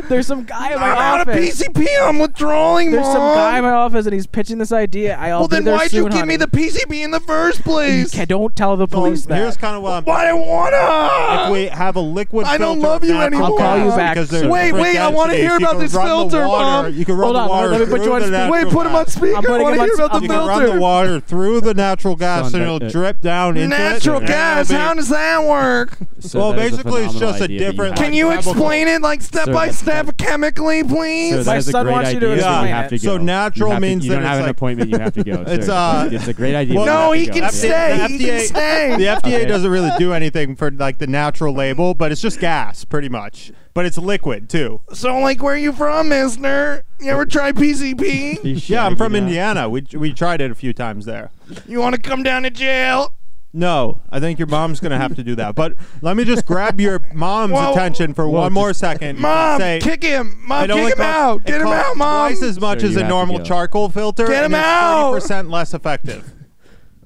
C: there's some guy in my
A: I'm out of
C: office.
A: PCP. I'm withdrawing,
C: There's
A: mom.
C: some guy in my office and he's pitching this idea. I'll
A: well,
C: be
A: then
C: there
A: why'd you
C: soon,
A: give me
C: honey.
A: the PCP in the first
C: You
A: place?
C: ca- don't tell the police that.
D: here's kind of what I'm.
A: Why I
D: if
A: wanna?
D: we have a liquid
A: I don't
D: filter
A: love you
D: natural
A: anymore.
D: gas
C: I'll call you back.
D: Because there's
B: Wait,
D: different
A: wait, I wanna
D: densities,
A: hear
D: you
A: about
D: can
A: this
D: run the
A: filter,
D: water-
A: Mom.
D: You can run
C: Hold
D: the
C: on,
D: water
C: let me put you
D: through
C: on
D: the
C: speaker.
D: natural
A: Wait, put him on
D: gas.
A: speaker.
C: I'm
A: I
C: putting
A: want to
C: him on
A: hear
C: s-
A: about the
C: I'm
D: You can
A: filter.
D: run the water through the natural gas
B: Son,
D: and it'll
B: that-
D: drip down into it,
A: Natural
D: and
A: gas.
D: it'll be-
A: How does that work?
B: Sir,
D: Well,
B: that is a
D: basically, it's
B: phenomenal
D: just a
B: idea that
D: different-
B: have.
A: Can you
D: Chemical.
A: explain it like step
B: Sir,
A: by
B: that's-
A: step chemically, please?
B: Sir, that
C: My
B: is a
C: son
B: great
C: wants you to
B: idea, but
D: explain
B: you have
C: it.
B: to
D: So
B: go.
D: natural
B: you have to-
D: means
B: you
D: that
B: don't
D: it's
B: have an
D: like-
B: appointment. You have to go.
D: It's,
B: sir.
D: uh,
B: it's a great idea.
D: well,
B: but you
A: no,
B: have
A: he
B: to
A: can
B: go.
A: stay.
D: The
A: He can
D: FDA
A: stay.
D: The FDA
B: Okay.
D: doesn't really do anything for like the natural label, but it's just gas, pretty much. But it's liquid too.
A: So, like, where you from, Mister? You ever try PCP?
B: He's
D: Yeah, I'm from
B: shagging out.
D: Indiana. We we tried it a few times there.
A: You want to come down to jail?
D: No, I think your mom's gonna have to do that. But let me just grab your mom's
A: Whoa.
D: attention for one more second.
A: Mom,
D: and say,
A: kick him! Mom,
D: it only
A: kick him
D: costs-
A: out!
D: it
A: Get him
D: costs
A: out, mom!
D: Twice as much
B: Sir,
D: as
B: you
D: a
B: have to
D: normal
B: go.
D: charcoal filter.
A: Get him out.
D: Thirty percent less effective.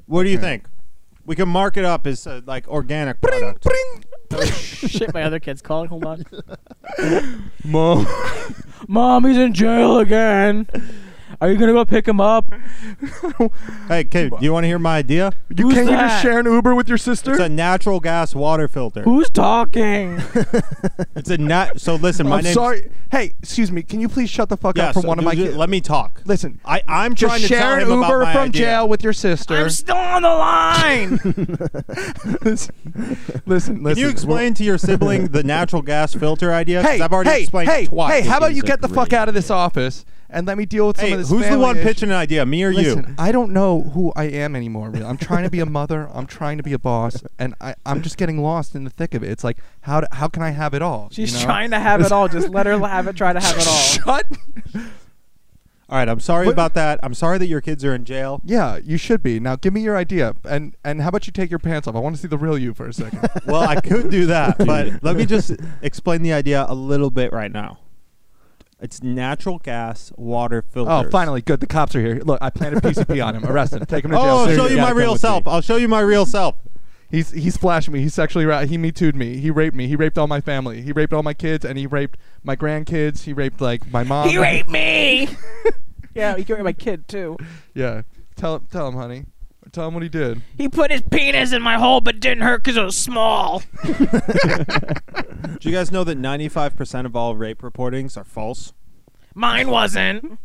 D: What do you think? We can mark it up as uh, like organic product.
A: Bring-
C: Shit, my other kid's calling. Hold on.
A: Mom,
C: Mom, he's in jail again. Are you gonna go pick him up?
D: Hey, kid, do you want to hear my idea?
A: you
C: Who's
A: can't you
C: that?
A: just share an Uber with your
D: It's a
A: sister?
D: natural gas water filter.
C: Who's talking?
D: It's a nat. So listen, my
A: I'm
D: name's
A: sorry. Hey, excuse me. Can you please shut the fuck
D: Yeah,
A: up for
D: so
A: one of
D: dude,
A: my
D: dude,
A: kids?
D: Let me talk.
A: Listen,
D: I I'm
A: just
D: trying to tell
A: share
D: him
A: an
D: about
A: Uber
D: my
A: from
D: idea.
A: jail with your sister.
C: I'm still on the line.
A: listen, listen,
D: Can you explain to your sibling the natural gas filter idea? 'Cause
A: Hey,
D: I've already
A: hey,
D: explained
A: hey,
D: it twice.
A: hey! How about you
B: These are
A: get the fuck
B: great.
A: out of this office and let me deal with some
D: Hey,
A: of this?
D: who's the
A: family
D: one
A: issue?
D: pitching an idea? Me or
A: Listen,
D: you?
A: I don't know who I am anymore. Really. I'm trying to be a mother. I'm trying to be a boss, and I, I'm just getting lost in the thick of it. It's like how do, how can I have it all?
C: She's trying to have it all. Just let her have it. Try to have it all.
A: Shut.
D: All right, I'm sorry
A: What-
D: about that. I'm sorry that your kids are in jail.
A: Yeah, you should be. Now give me your idea, and and how about you take your pants off? I want to see the real you for a second.
D: Well, I could do that, but let me just explain the idea a little bit right now. It's natural gas water filter.
A: oh, finally, good. The cops are here. Look, I planted PCP on him. Arrest him. Take him to jail.
D: Oh, I'll
A: Seriously.
D: show you my
B: gotta come
D: real
B: with
D: self.
B: me.
D: I'll show you my real self.
A: He's he's flashing me. He sexually ra- he me too'd me. He raped me. He raped all my family. He raped all my kids, and he raped my grandkids. He raped like my mom.
C: He raped me. yeah, he raped my kid too.
A: Yeah. Tell him, tell him, honey. Tell him what he did.
C: He put his penis in my hole, but didn't hurt because it was small.
D: Do you guys know that 95% of all rape reportings are false?
C: Mine wasn't.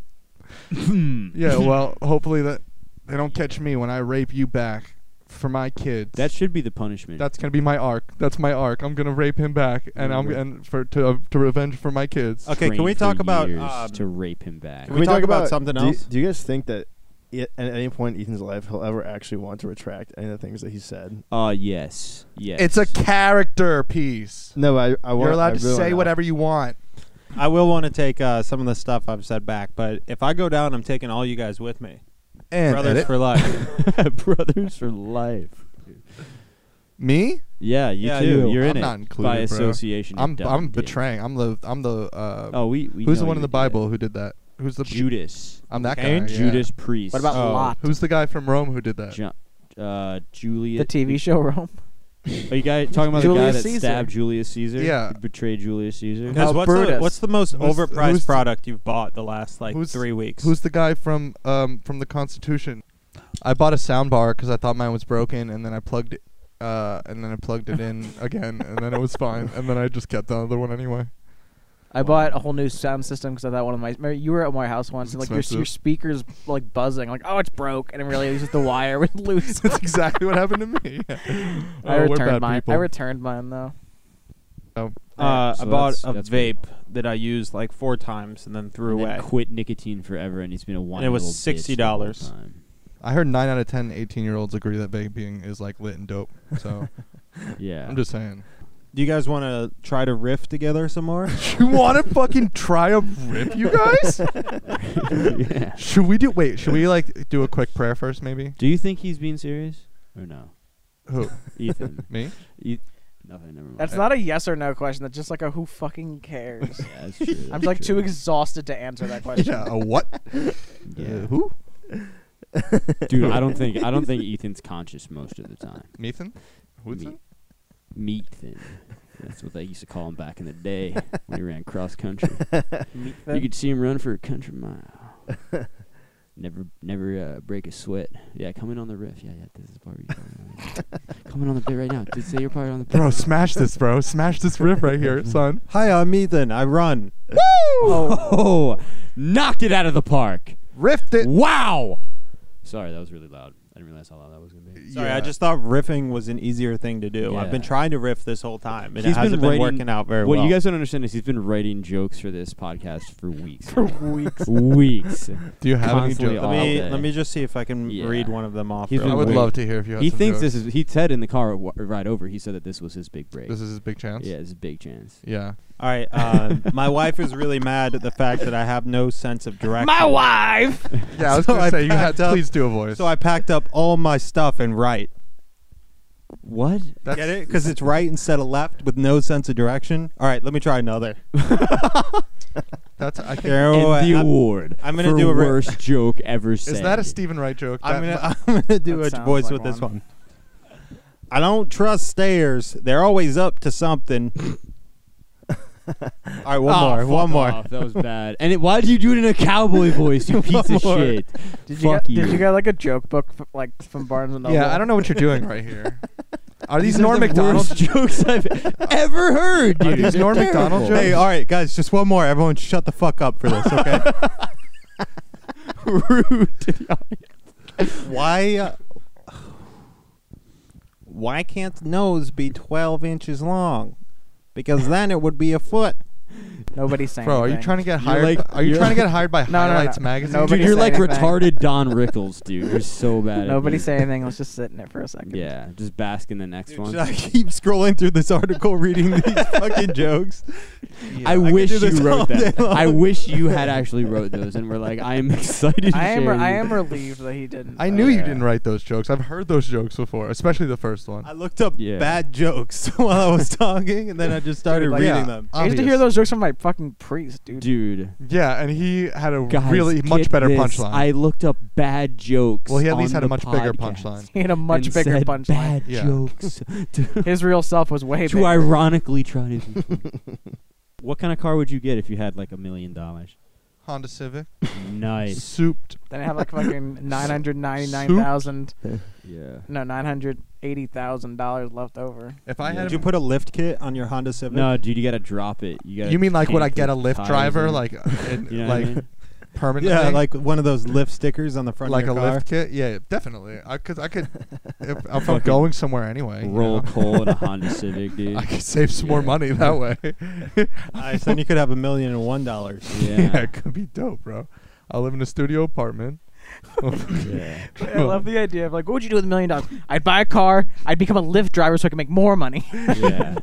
A: Yeah. Well, hopefully that they don't catch me when I rape you back for my kids.
B: That should be the punishment.
A: that's gonna be my arc. That's my arc. I'm gonna rape him back, and I'm and for to uh, to revenge for my kids.
D: Okay, can
B: trained
D: we
B: for
D: talk about,
B: years
D: um,
B: to rape him back?
D: Can we talk about something
E: do you-
D: else?
E: Do you, guys think that i- at any point in Ethan's life he'll ever actually want to retract any of the things that he said?
B: Uh, yes, yes.
A: It's a character piece.
E: No, I. I
A: You're allowed to say whatever you want.
D: I will want to take uh, some of the stuff I've said back, but if I go down, I'm taking all you guys with me.
A: And
D: Brothers
A: edit.
D: for life.
B: brothers for life.
A: me,
B: Yeah, you
D: Yeah,
B: too.
D: you.
B: You're
A: I'm
B: in
A: not
B: it
A: included,
B: by
A: bro.
B: association. you
A: I'm
B: dumb
A: I'm
B: bitch.
A: betraying. I'm the I'm the uh,
B: Oh, we. we
A: who's
B: know
A: the one
B: you
A: in the
B: did
A: Bible
B: it.
A: who did that? Who's the
B: Judas.
A: I'm that
D: Cain?
A: guy. yeah.
B: Judas Priest.
C: What about
D: Oh.
C: Lot?
A: Who's the guy from Rome who did that?
B: Ju- uh, Julius?
C: The TV show Rome.
B: Are you guys talking about
C: Julius
B: the guy that
C: Caesar.
B: stabbed Julius Caesar?
A: Yeah.
B: Who betrayed Julius Caesar.
D: Guys, what's, the,
C: Albertus.
D: what's the most
A: Who's-
D: overpriced
A: who's-
D: product you've bought the last like
A: Who's-
D: three weeks?
A: Who's the guy from um from the Constitution? I bought a sound bar because I thought mine was broken, and then I plugged it, uh, and then I plugged it in again, and then it was fine, and then I just kept the other one anyway.
C: I bought a whole new sound system because I thought one of my. Remember, you were at my house
A: It's
C: once, and like your, your
A: expensive.
C: speakers like buzzing, like oh it's broke, and it really was just the wire was loose.
A: That's exactly what happened to me.
C: I
A: Oh, we're
C: returned
A: bad
C: mine.
A: people.
C: I returned mine though.
A: Oh.
D: Uh,
B: So
D: I bought
B: that's-
D: a
B: that's
D: vape that I used like four times and then threw
B: and
D: away.
B: then quit nicotine forever, and he's been a whiny
D: it was
B: little bitch the whole
D: $60.
B: time.
A: I heard 9 out of 10 18 year olds agree that vaping is like lit and dope. So
B: Yeah,
A: I'm just saying.
D: Do you guys want to try to riff together some more?
A: You want to fucking try a rip, you guys?
B: Yeah.
A: Should we do. Wait, should we like do a quick prayer first, maybe?
B: Do you think he's being serious or no,
A: Who?
B: Ethan?
A: Me?
B: you, nothing. Never mind.
C: That's not a yes or no question. That's just like a who fucking cares.
B: Yeah, that's true.
C: I'm
B: that's
C: like
B: true.
C: too exhausted to answer that question.
A: Yeah, a what? Uh,
B: Yeah.
A: who?
B: Dude, I don't think I don't think Ethan's conscious most of the time.
A: Methan? Woodson?
B: Meat thin. That's what they used to call him back in the day when he ran cross country. You could see him run for a country mile. never, never uh, break a sweat. Yeah, coming on the riff. Yeah, yeah. This is part where you coming on the bit right now. Dude, say your part on the bit.
A: Bro, smash this, bro. Smash this riff right here, son.
D: Hi, I'm Ethan. I run.
B: Oh, knocked it out of the park.
A: Riffed it.
B: Wow. Sorry, that was really loud. I didn't realize how loud that was gonna be.
D: Sorry,
A: Yeah.
D: I just thought riffing was an easier thing to do. I've been
B: Yeah.
D: trying to riff this whole time, and
B: He's
D: it hasn't
B: been
D: been,
B: writing-
D: working out very
B: What
D: well.
B: you guys don't understand is he's been writing jokes for this podcast for weeks.
C: For weeks.
B: weeks.
A: Do you have any
B: Constantly
A: jokes?
D: let me
B: all day.
D: let me just see if I can
B: Oh, Yeah.
D: read one of them off.
B: He's
D: real
A: I would
D: quick.
A: love to hear if you have
B: He
A: some
B: thinks
A: jokes.
B: this is. He said in the car w- ride over. He said that this was his big break.
A: This is his big chance.
B: yeah, his big chance.
A: Yeah.
D: All right, uh, my wife is really mad at the fact that I have no sense of direction.
C: My wife.
A: Yeah, I was
D: So
A: gonna
D: I
A: say you had.
D: packed up-
A: Please do a voice.
D: So I packed up all my stuff and right.
B: What?
A: That's,
D: Get it? Because it's right instead of left with no sense of direction. All right, let me try another.
A: That's. I think.
D: There we-
B: and the
D: I'm,
B: award.
D: I'm gonna
B: for
D: do a re-
B: worst joke ever said.
A: Is that a Stephen Wright joke?
D: I'm
A: That-
D: gonna I'm gonna do
C: That
D: a
C: sounds
D: voice
C: like
D: with this
C: one.
D: one. I don't trust stairs. They're always up to something. All right, one
C: Ah,
B: Oh,
D: more.
B: fuck
D: One more.
B: off, That was bad. And it, why did you do it in a cowboy voice? You piece of
D: more.
B: shit.
C: Did you,
B: Fuck
C: get,
B: you.
C: did you get like a joke book f- like from Barnes and Noble?
A: yeah, I don't know what you're doing right here. Are these,
B: These are
A: Norm
B: the
A: Macdonald?
B: worst jokes I've ever heard,
A: Are
B: dude.
A: these
B: They're
A: Norm Macdonald
B: terrible.
A: jokes?
D: Hey, all right, guys, just one more. Everyone, shut the fuck up for this, okay?
B: Rude to the audience.
D: why? Uh, why can't the nose be twelve inches long? Because then it would be a foot.
C: Nobody's saying.
A: Bro, are you
C: anything.
A: trying to get
B: You're
A: hired?
B: like-
A: are you
B: you're-
A: trying to get hired by
C: no, no,
A: Highlights
C: no.
A: magazine?
C: Nobody
B: dude, you're
C: say
B: like
C: anything.
B: retarded Don Rickles, dude. You're so bad. at
C: Nobody
B: these.
C: say anything. Let's just sit in it for a second.
B: Yeah, just bask in the next
D: Dude,
B: one.
D: should I keep scrolling through this article, reading these fucking jokes?
B: I
D: could
B: wish
D: do
B: you
D: this all
B: wrote
D: day
B: that. I
D: long.
B: wish you had actually wrote those, and we're like, I am excited. to
C: I am.
B: share
C: I
B: these.
C: am relieved that he didn't.
A: I
C: though.
A: knew you
B: yeah.
A: didn't write those jokes. I've heard those jokes before, especially the first one.
D: I looked up
B: Yeah.
D: bad jokes while I was talking, and then I just started
C: Dude, like-
D: reading
A: Yeah.
D: them.
C: I used to
A: obvious.
C: hear those jokes from my fucking priest, dude.
B: dude.
A: Yeah, and he had a
B: Guys,
A: really much
B: get
A: better
B: this.
A: punchline.
B: I looked up bad jokes.
A: well, he at least
B: on
A: had a
B: the
A: much bigger
B: podcast
A: punchline.
C: He had a much
B: and
C: bigger
B: said
C: punchline.
B: Bad
A: Yeah.
B: jokes
C: His real self was way
B: to
C: bigger.
B: ironically try to. be funny. what kind of car would you get if you had like a million dollars?
A: Honda Civic,
B: Nice.
A: souped.
C: Then I have like fucking nine hundred ninety nine thousand,
B: Yeah.
C: no nine hundred eighty thousand dollars left over.
A: If I
B: Yeah.
A: had,
D: Did you put a lift kit on your Honda Civic?
B: No, dude, you gotta drop it. You gotta.
A: you mean like would I
B: tank
A: get
B: the
A: a Lyft
B: tires
A: driver,
B: in.
A: like, in,
B: You know what I
A: like
B: mean?
A: permanently?
D: Yeah, like one of those lift stickers on the front
A: like
D: of
A: a
D: your car.
A: lift kit. Yeah, definitely. I cause I could, if, if I'm
B: Fucking
A: going somewhere anyway, you
B: roll
A: know,
B: coal in a Honda Civic, dude.
A: I could save some more
B: Yeah.
A: money that way.
D: Nice. Then you could have a million and one dollars.
A: yeah. it could be dope, bro. I live in a studio apartment.
B: yeah.
C: I love the idea of like, what would you do with a million dollars? I'd buy a car. I'd become a Lyft driver so I can make more money.
B: yeah.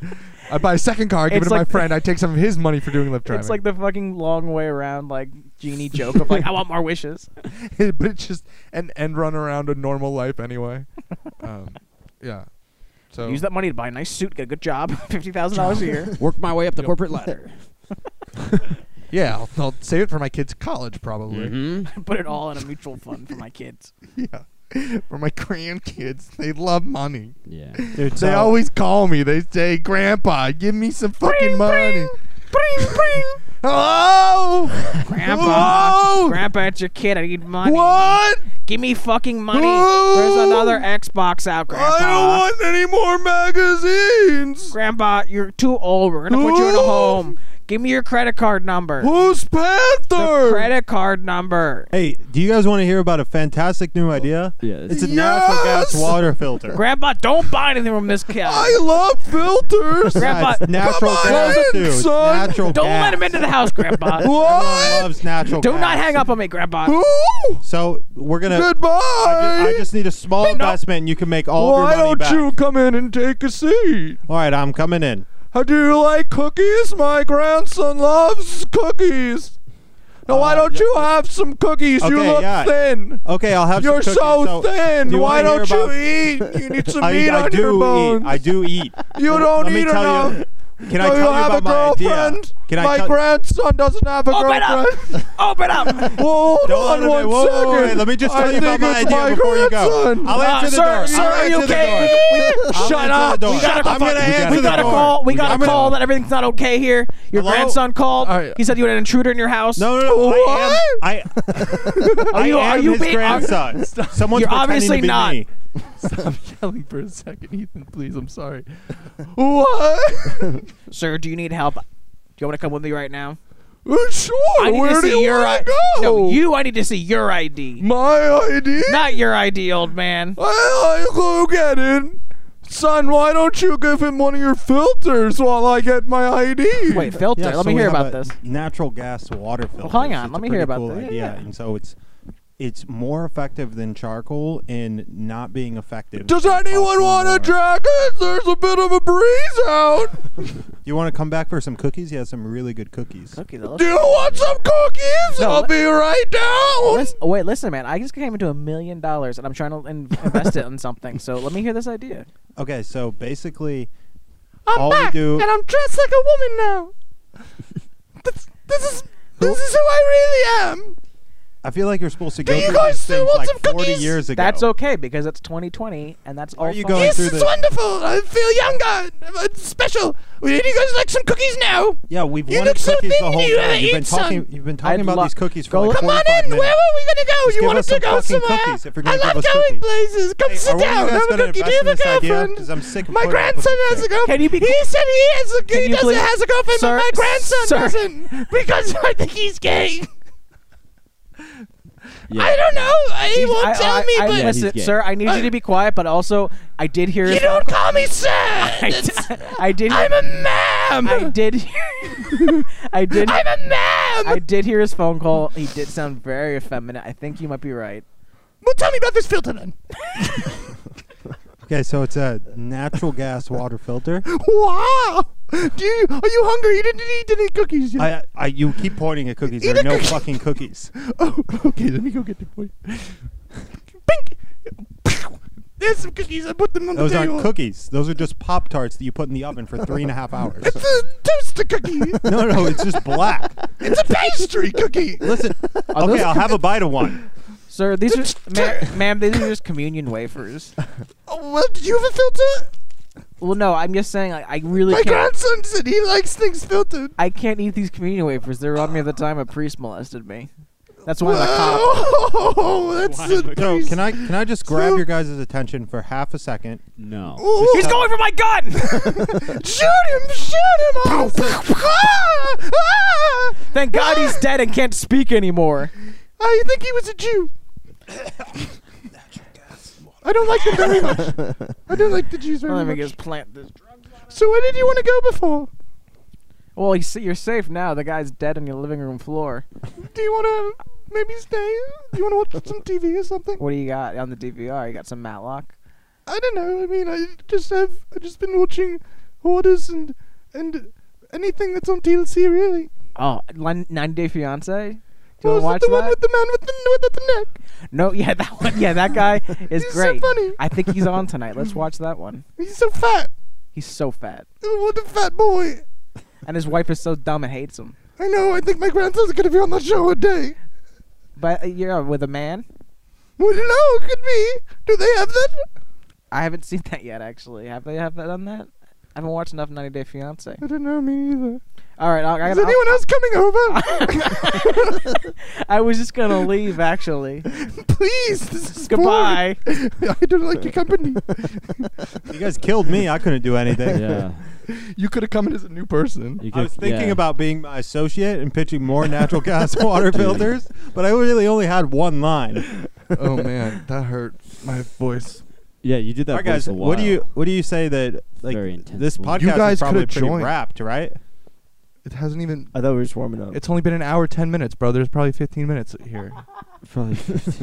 A: I buy a second car, I give
C: It's
A: it to
C: like-
A: my friend. I take some of his money for doing Lyft driving.
C: It's like the fucking long way around, like genie joke of like, I want more wishes.
A: but it's just an end run around a normal life anyway. Um, yeah. So
C: Use that money to buy a nice suit, get a good job, fifty thousand dollars a year.
B: Work my way up the corporate ladder.
A: yeah, I'll, I'll save it for my kids' college probably.
B: Mhm.
C: Put it all in a mutual fund for my kids.
A: Yeah. For my grandkids, they love money.
B: Yeah.
D: Dude,
A: They always call me. They say, "Grandpa, give me some fucking money."
C: Bring, bring.
A: Oh,
C: Grandpa,
A: Whoa!
C: Grandpa, it's your kid. I need money.
A: What?
C: Give me fucking money.
A: Whoa!
C: There's another Xbox out, Grandpa.
A: I don't want any more magazines.
C: Grandpa, you're too old. We're gonna put you in a
A: Ooh.
C: home. Give me your credit card number.
A: Who's
C: The
A: Panther?
C: credit card number.
D: Hey, do you guys want to hear about a fantastic new idea?
B: Yeah, it's-
D: It's a natural gas
A: Yes!
D: water filter.
C: Grandpa, don't buy anything from this kid.
A: I love filters.
C: Grandpa,
D: Yeah, it's natural
A: Come
D: gas,
A: on,
D: dude.
A: son.
D: Natural
C: don't
D: gas.
C: let him into the house, Grandpa.
D: Everyone
A: what?
D: loves natural
C: Do
D: gas.
C: not hang up on me, Grandpa.
A: Who?
D: So we're gonna.
A: Goodbye.
D: I just need a small
C: Hang up.
D: investment, and you can make all of
A: Why
D: your money
A: don't
D: back.
A: you come in and take a seat?
D: All right, I'm coming in.
A: How do you like cookies? My grandson loves cookies. Now, why
D: Uh,
A: don't
D: yeah.
A: you have some cookies? you
D: Okay,
A: look
D: yeah.
A: thin.
D: Okay, I'll have.
A: You're
D: some
A: so,
D: cookies.
A: thin.
D: do you
A: why
D: wanna hear
A: don't you
D: about-
A: eat? You need some
D: I,
A: meat
D: I
A: on
D: do
A: your bones.
D: eat. I do eat.
A: you don't
D: Let
A: eat
D: me tell
A: enough.
D: you. Can I
A: Do
D: tell
A: you
D: you
A: have a
D: about my idea?
A: girlfriend?
D: Can I
A: my
D: tell-
A: grandson doesn't have a
C: Open up!
A: girlfriend.
C: Open up!
A: Well, hold
D: Don't
A: on
D: let
A: one
D: me- whoa, whoa, whoa, wait,
A: second.
D: let me just
A: I
D: tell you
A: think
D: about my
A: it's
D: idea before you go.
A: grandson.
D: I'll
C: Uh,
D: answer the
C: sir,
D: door.
C: sir,
D: I'll
C: are you
D: answer the
C: okay?
D: door.
C: We-
D: I'll
C: Shut
D: answer
C: up!
D: the
C: We
D: door.
C: gotta,
D: I'm gonna
C: we
D: answer the
C: gotta
D: door.
C: call. We
D: I'm
C: gotta
D: gonna-
C: call that everything's not okay here. Your
D: Hello?
C: grandson called.
A: All right.
C: He said you had an intruder in your house.
D: No, no, no. I am. I,
C: Are you-
D: I
C: are
D: am
C: you
D: his
C: being- are-
D: grandson. Someone's
C: You're
D: pretending
C: obviously
D: to be
C: not.
D: me.
A: Stop yelling for a second, Ethan, please. I'm sorry. What?
C: Sir, do you need help? Do you want to come with me right now?
A: Uh, sure.
C: I need
A: Where
C: to
A: do you
C: see your
A: wanna
C: ID.
A: go?
C: No, you. I need to see your ID,
A: My ID?
C: not your ID, old man.
A: Well, I go get it. Son, why don't you give him one of your filters while I get my ID?
C: Wait, filter.
D: Yeah,
C: Let
D: so
C: me
D: we
C: hear
D: have
C: about
D: a
C: this.
D: Natural gas water filter.
C: hang on,
D: It's
C: let
D: a
C: me hear
D: pretty
C: about
D: cool
C: this. Yeah,
D: Idea.
C: yeah.
D: And so it's it's more effective than charcoal in not being effective.
A: Does
D: and
A: anyone
D: costing
A: want
D: more.
A: a jacket? There's a bit of a breeze out.
D: Do you want to come back for some cookies? He has some really good cookies.
C: Cookie though.
A: Do you want some cookies?
C: No,
A: I'll
C: let-
A: be right down.
C: Listen, oh, wait, listen, man. I just came into a million dollars, and I'm trying to in- invest it in something. So let me hear this idea.
D: Okay, so basically,
A: I'm
D: all
A: back,
D: we do.
A: and I'm dressed like a woman now. this, this is this is who I really am.
D: I feel like you're supposed to go
A: you
D: through
A: guys
D: these
A: still
D: things
A: want
D: like
A: some
D: 40
A: cookies?
D: years ago.
C: That's okay because it's 2020, and that's all.
D: are you
C: fun.
D: going
A: Yes,
D: through
A: it's
D: the-
A: wonderful. I feel younger. It's special. Would you guys like some cookies now?
D: Yeah, we've
A: You
D: wanted
A: look so
D: cookies
A: thin,
D: the whole
A: you haven't
D: time. You've been
A: eaten some.
D: talking. You've been talking
C: I'd
D: about
C: lo-
D: these cookies
C: Go-
D: for like
A: Come on
D: 45
A: in.
D: minutes.
A: Where are we gonna go?
D: Just
A: you
D: give
A: want
D: us
A: to
D: some
A: go
D: fucking
A: somewhere?
D: cookies if you're
A: I
D: gonna
A: love
D: give us
A: going
D: cookies.
A: places. Come
D: Hey,
A: sit
D: are one of you
A: down.
D: guys
A: Have a
D: gonna
A: cookie. Do you
D: invest
A: have a
D: in this idea?
A: girlfriend?
D: 'Cause I'm sick of
A: my
D: putting up with
A: grandson
D: this
A: has a
D: thing.
A: girlfriend.
C: Can you be
A: he
C: cool?
A: said he has a.
C: Can
A: he
C: you
A: doesn't
C: please-
A: has a girlfriend,
C: Sir,
A: but my grandson
C: sir.
A: doesn't because I think he's gay.
B: yeah.
A: I don't know. He
C: He's-
A: won't
C: I-
A: tell
C: I-
A: me,
C: I-
A: but
B: Yeah, he's
C: listen,
B: gay.
C: sir, I need you to be quiet, but also I did hear.
A: you
C: his
A: don't
C: uncle-
A: call me sir. It's-
C: I did.
A: I'm a ma'am.
C: I did. hear- I did.
A: I'm a ma'am.
C: I did hear his phone call. He did sound very effeminate. I think you might be right.
A: well, tell me about this filter then.
D: Okay, so it's a natural gas water filter.
A: Wow. Do you, are you hungry? You didn't eat any cookies yet.
D: I, I, you keep pointing at cookies.
A: Eat
D: There are
A: a
D: no
A: cookie.
D: fucking cookies.
A: oh, okay. Let me go get the boy. Pink. There's some cookies. I put them on
D: Those
A: the table.
D: aren't cookies. Those are just pop tarts that you put in the oven for three and a half hours.
A: It's a toaster cookie.
D: no, no, it's just black.
A: It's a pastry cookie.
D: Listen,
C: those
D: okay, I'll have a bite of one.
C: Sir, these are, ma'am, ma'am, these are just communion wafers.
A: Oh, well, did you have a filter?
C: Well, no, I'm just saying, like, I really
A: My
C: can't.
A: grandson said he likes things filtered.
C: I can't eat these communion wafers. They remind me of the time a priest molested me. That's why I'm a cop.
A: Wow, that's a
D: So
A: nice-
D: can I can I just grab
A: So-
D: your guys' attention for half a second?
B: No.
A: Ooh,
C: He's going for my gun!
A: shoot him! Shoot him! Officer. Ah, ah.
C: Thank God he's dead and can't speak anymore.
A: I think he was a Jew. I don't like them very much. I don't like the Jews very
C: Let me
A: much.
C: just plant this.
A: So where did you want to go before?
C: Well, he's, you're safe now. The guy's dead on your living room floor.
A: Do you want to maybe stay? Do you want to watch some TV or something?
C: What do you got on the DVR? You got some Matlock?
A: I don't know. I mean, I just have I just been watching Hoarders and and anything that's on TLC really.
C: Oh, Lin- 90 Day Fiance? Do you
A: What
C: want to watch
A: was it, the
C: that?
A: one with the man with the with the neck?
C: No, yeah, that one. Yeah, that guy is
A: He's so
C: great.
A: funny.
C: I think he's on tonight. Let's watch that one.
A: He's so fat.
C: He's so fat,
A: Oh, what a fat boy!
C: and his wife is so dumb and hates him.
A: I know. I think my grandson's gonna be on that show one day.
C: But uh, you're with a man.
A: Well, no, it could be. Do they have that?
C: I haven't seen that yet, actually. Have they have that on that? I haven't watched enough 90 Day Fiance.
A: I don't know. Me either.
C: All right, I, I,
A: Is
C: gotta-
A: anyone else coming over?
C: I was just gonna leave, actually.
A: Please. This is
C: Goodbye.
A: boring. I don't like your company.
D: You guys killed me. I couldn't do anything.
B: Yeah.
A: you could have come in as a new person.
B: You
D: I was
B: could-
D: thinking
B: yeah.
D: about being my associate and pitching more natural gas water filters, but I really only had one line.
A: oh man, that hurt my voice.
B: Yeah, you did that.
D: All right, guys,
B: voice a
D: what do
B: while.
D: you what do you say that like
B: Very intense
D: this
B: voice.
D: podcast
A: You guys
D: is probably
A: could've
D: pretty
A: joined.
D: wrapped, right?
A: It hasn't even.
E: I thought we were just warming up.
A: It's only been an hour ten minutes, bro. There's probably fifteen minutes here.
B: Probably.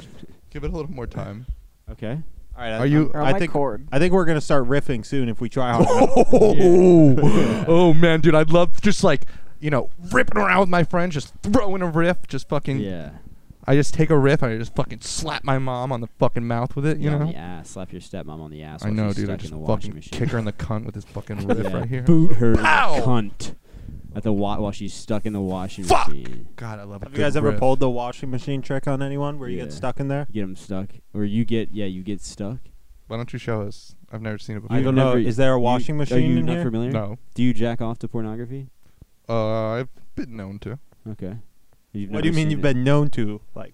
A: Give it a little more time.
B: okay.
D: All right. I,
A: Are you-
C: Or
D: I
C: my
D: think
C: cord.
D: I think we're gonna start riffing soon if we try hard. enough.
A: Oh, oh man, dude, I'd love just like you know ripping around with my friends, just throwing a riff, just fucking.
B: Yeah.
A: I just take a riff and I just fucking slap my mom on the fucking mouth with it, you
B: Yeah,
A: know.
B: on the ass. Slap your stepmom on the ass.
A: I
B: while
A: know,
B: she's
A: dude. I
B: stuck
A: just
B: in the
A: fucking
B: washing machine.
A: kick her in the cunt with this fucking riff
B: Yeah,
A: right here.
B: Boot her, in the
A: Pow!
B: cunt, at the wa- while she's stuck in the washing
A: Fuck!
B: machine.
A: God, I love. a
D: Have you
A: good
D: guys ever
A: riff.
D: pulled the washing machine trick on anyone where you
B: Yeah.
D: get stuck in there?
B: You get them stuck, or you get yeah, you get stuck.
A: Why don't you show us? I've never seen it before.
D: I
B: You've
D: don't know.
B: never-
D: Is there a
B: you-
D: washing
B: Are
D: machine
B: you
D: in
B: not
D: here?
B: familiar?
A: No,
B: Do you jack off to pornography?
A: uh, I've been known to.
B: Okay. You've
D: What do you
B: never
D: mean
B: seen
D: you've
B: it.
D: been known to? Like,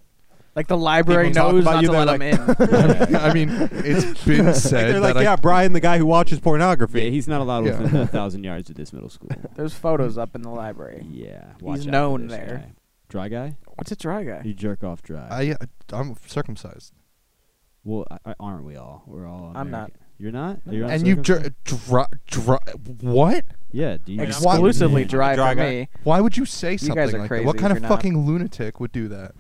C: Like the library
D: People talk
C: knows
D: about
C: not
D: you,
C: to
D: they're
C: let him in.
A: I mean, it's been
D: like
A: said
D: they're like,
A: that
D: yeah,
A: I,
D: Brian, the guy who watches pornography.
B: Yeah, he's not allowed
A: Yeah.
B: within a thousand yards of this middle school.
C: There's photos up in the library.
B: Yeah, watch out for
C: known
B: this
C: there.
B: guy. Dry guy?
C: What's a dry guy?
B: You jerk off dry.
A: I, uh, I'm circumcised,
B: well, I, I, aren't we all? We're all.
C: I'm not.
B: American. You're not. You're
A: and you
B: uncircumcised?
A: jer- dr- dr- what?
B: Yeah. Do you
A: Ex-
B: not-
C: Exclusively
B: Yeah.
C: dry,
D: Dry
C: for
D: guy.
C: me.
A: Why would you say
C: guys
A: something
C: are
A: like
C: crazy
A: that? What
C: if
A: kind of
C: you're not.
A: fucking lunatic would do that?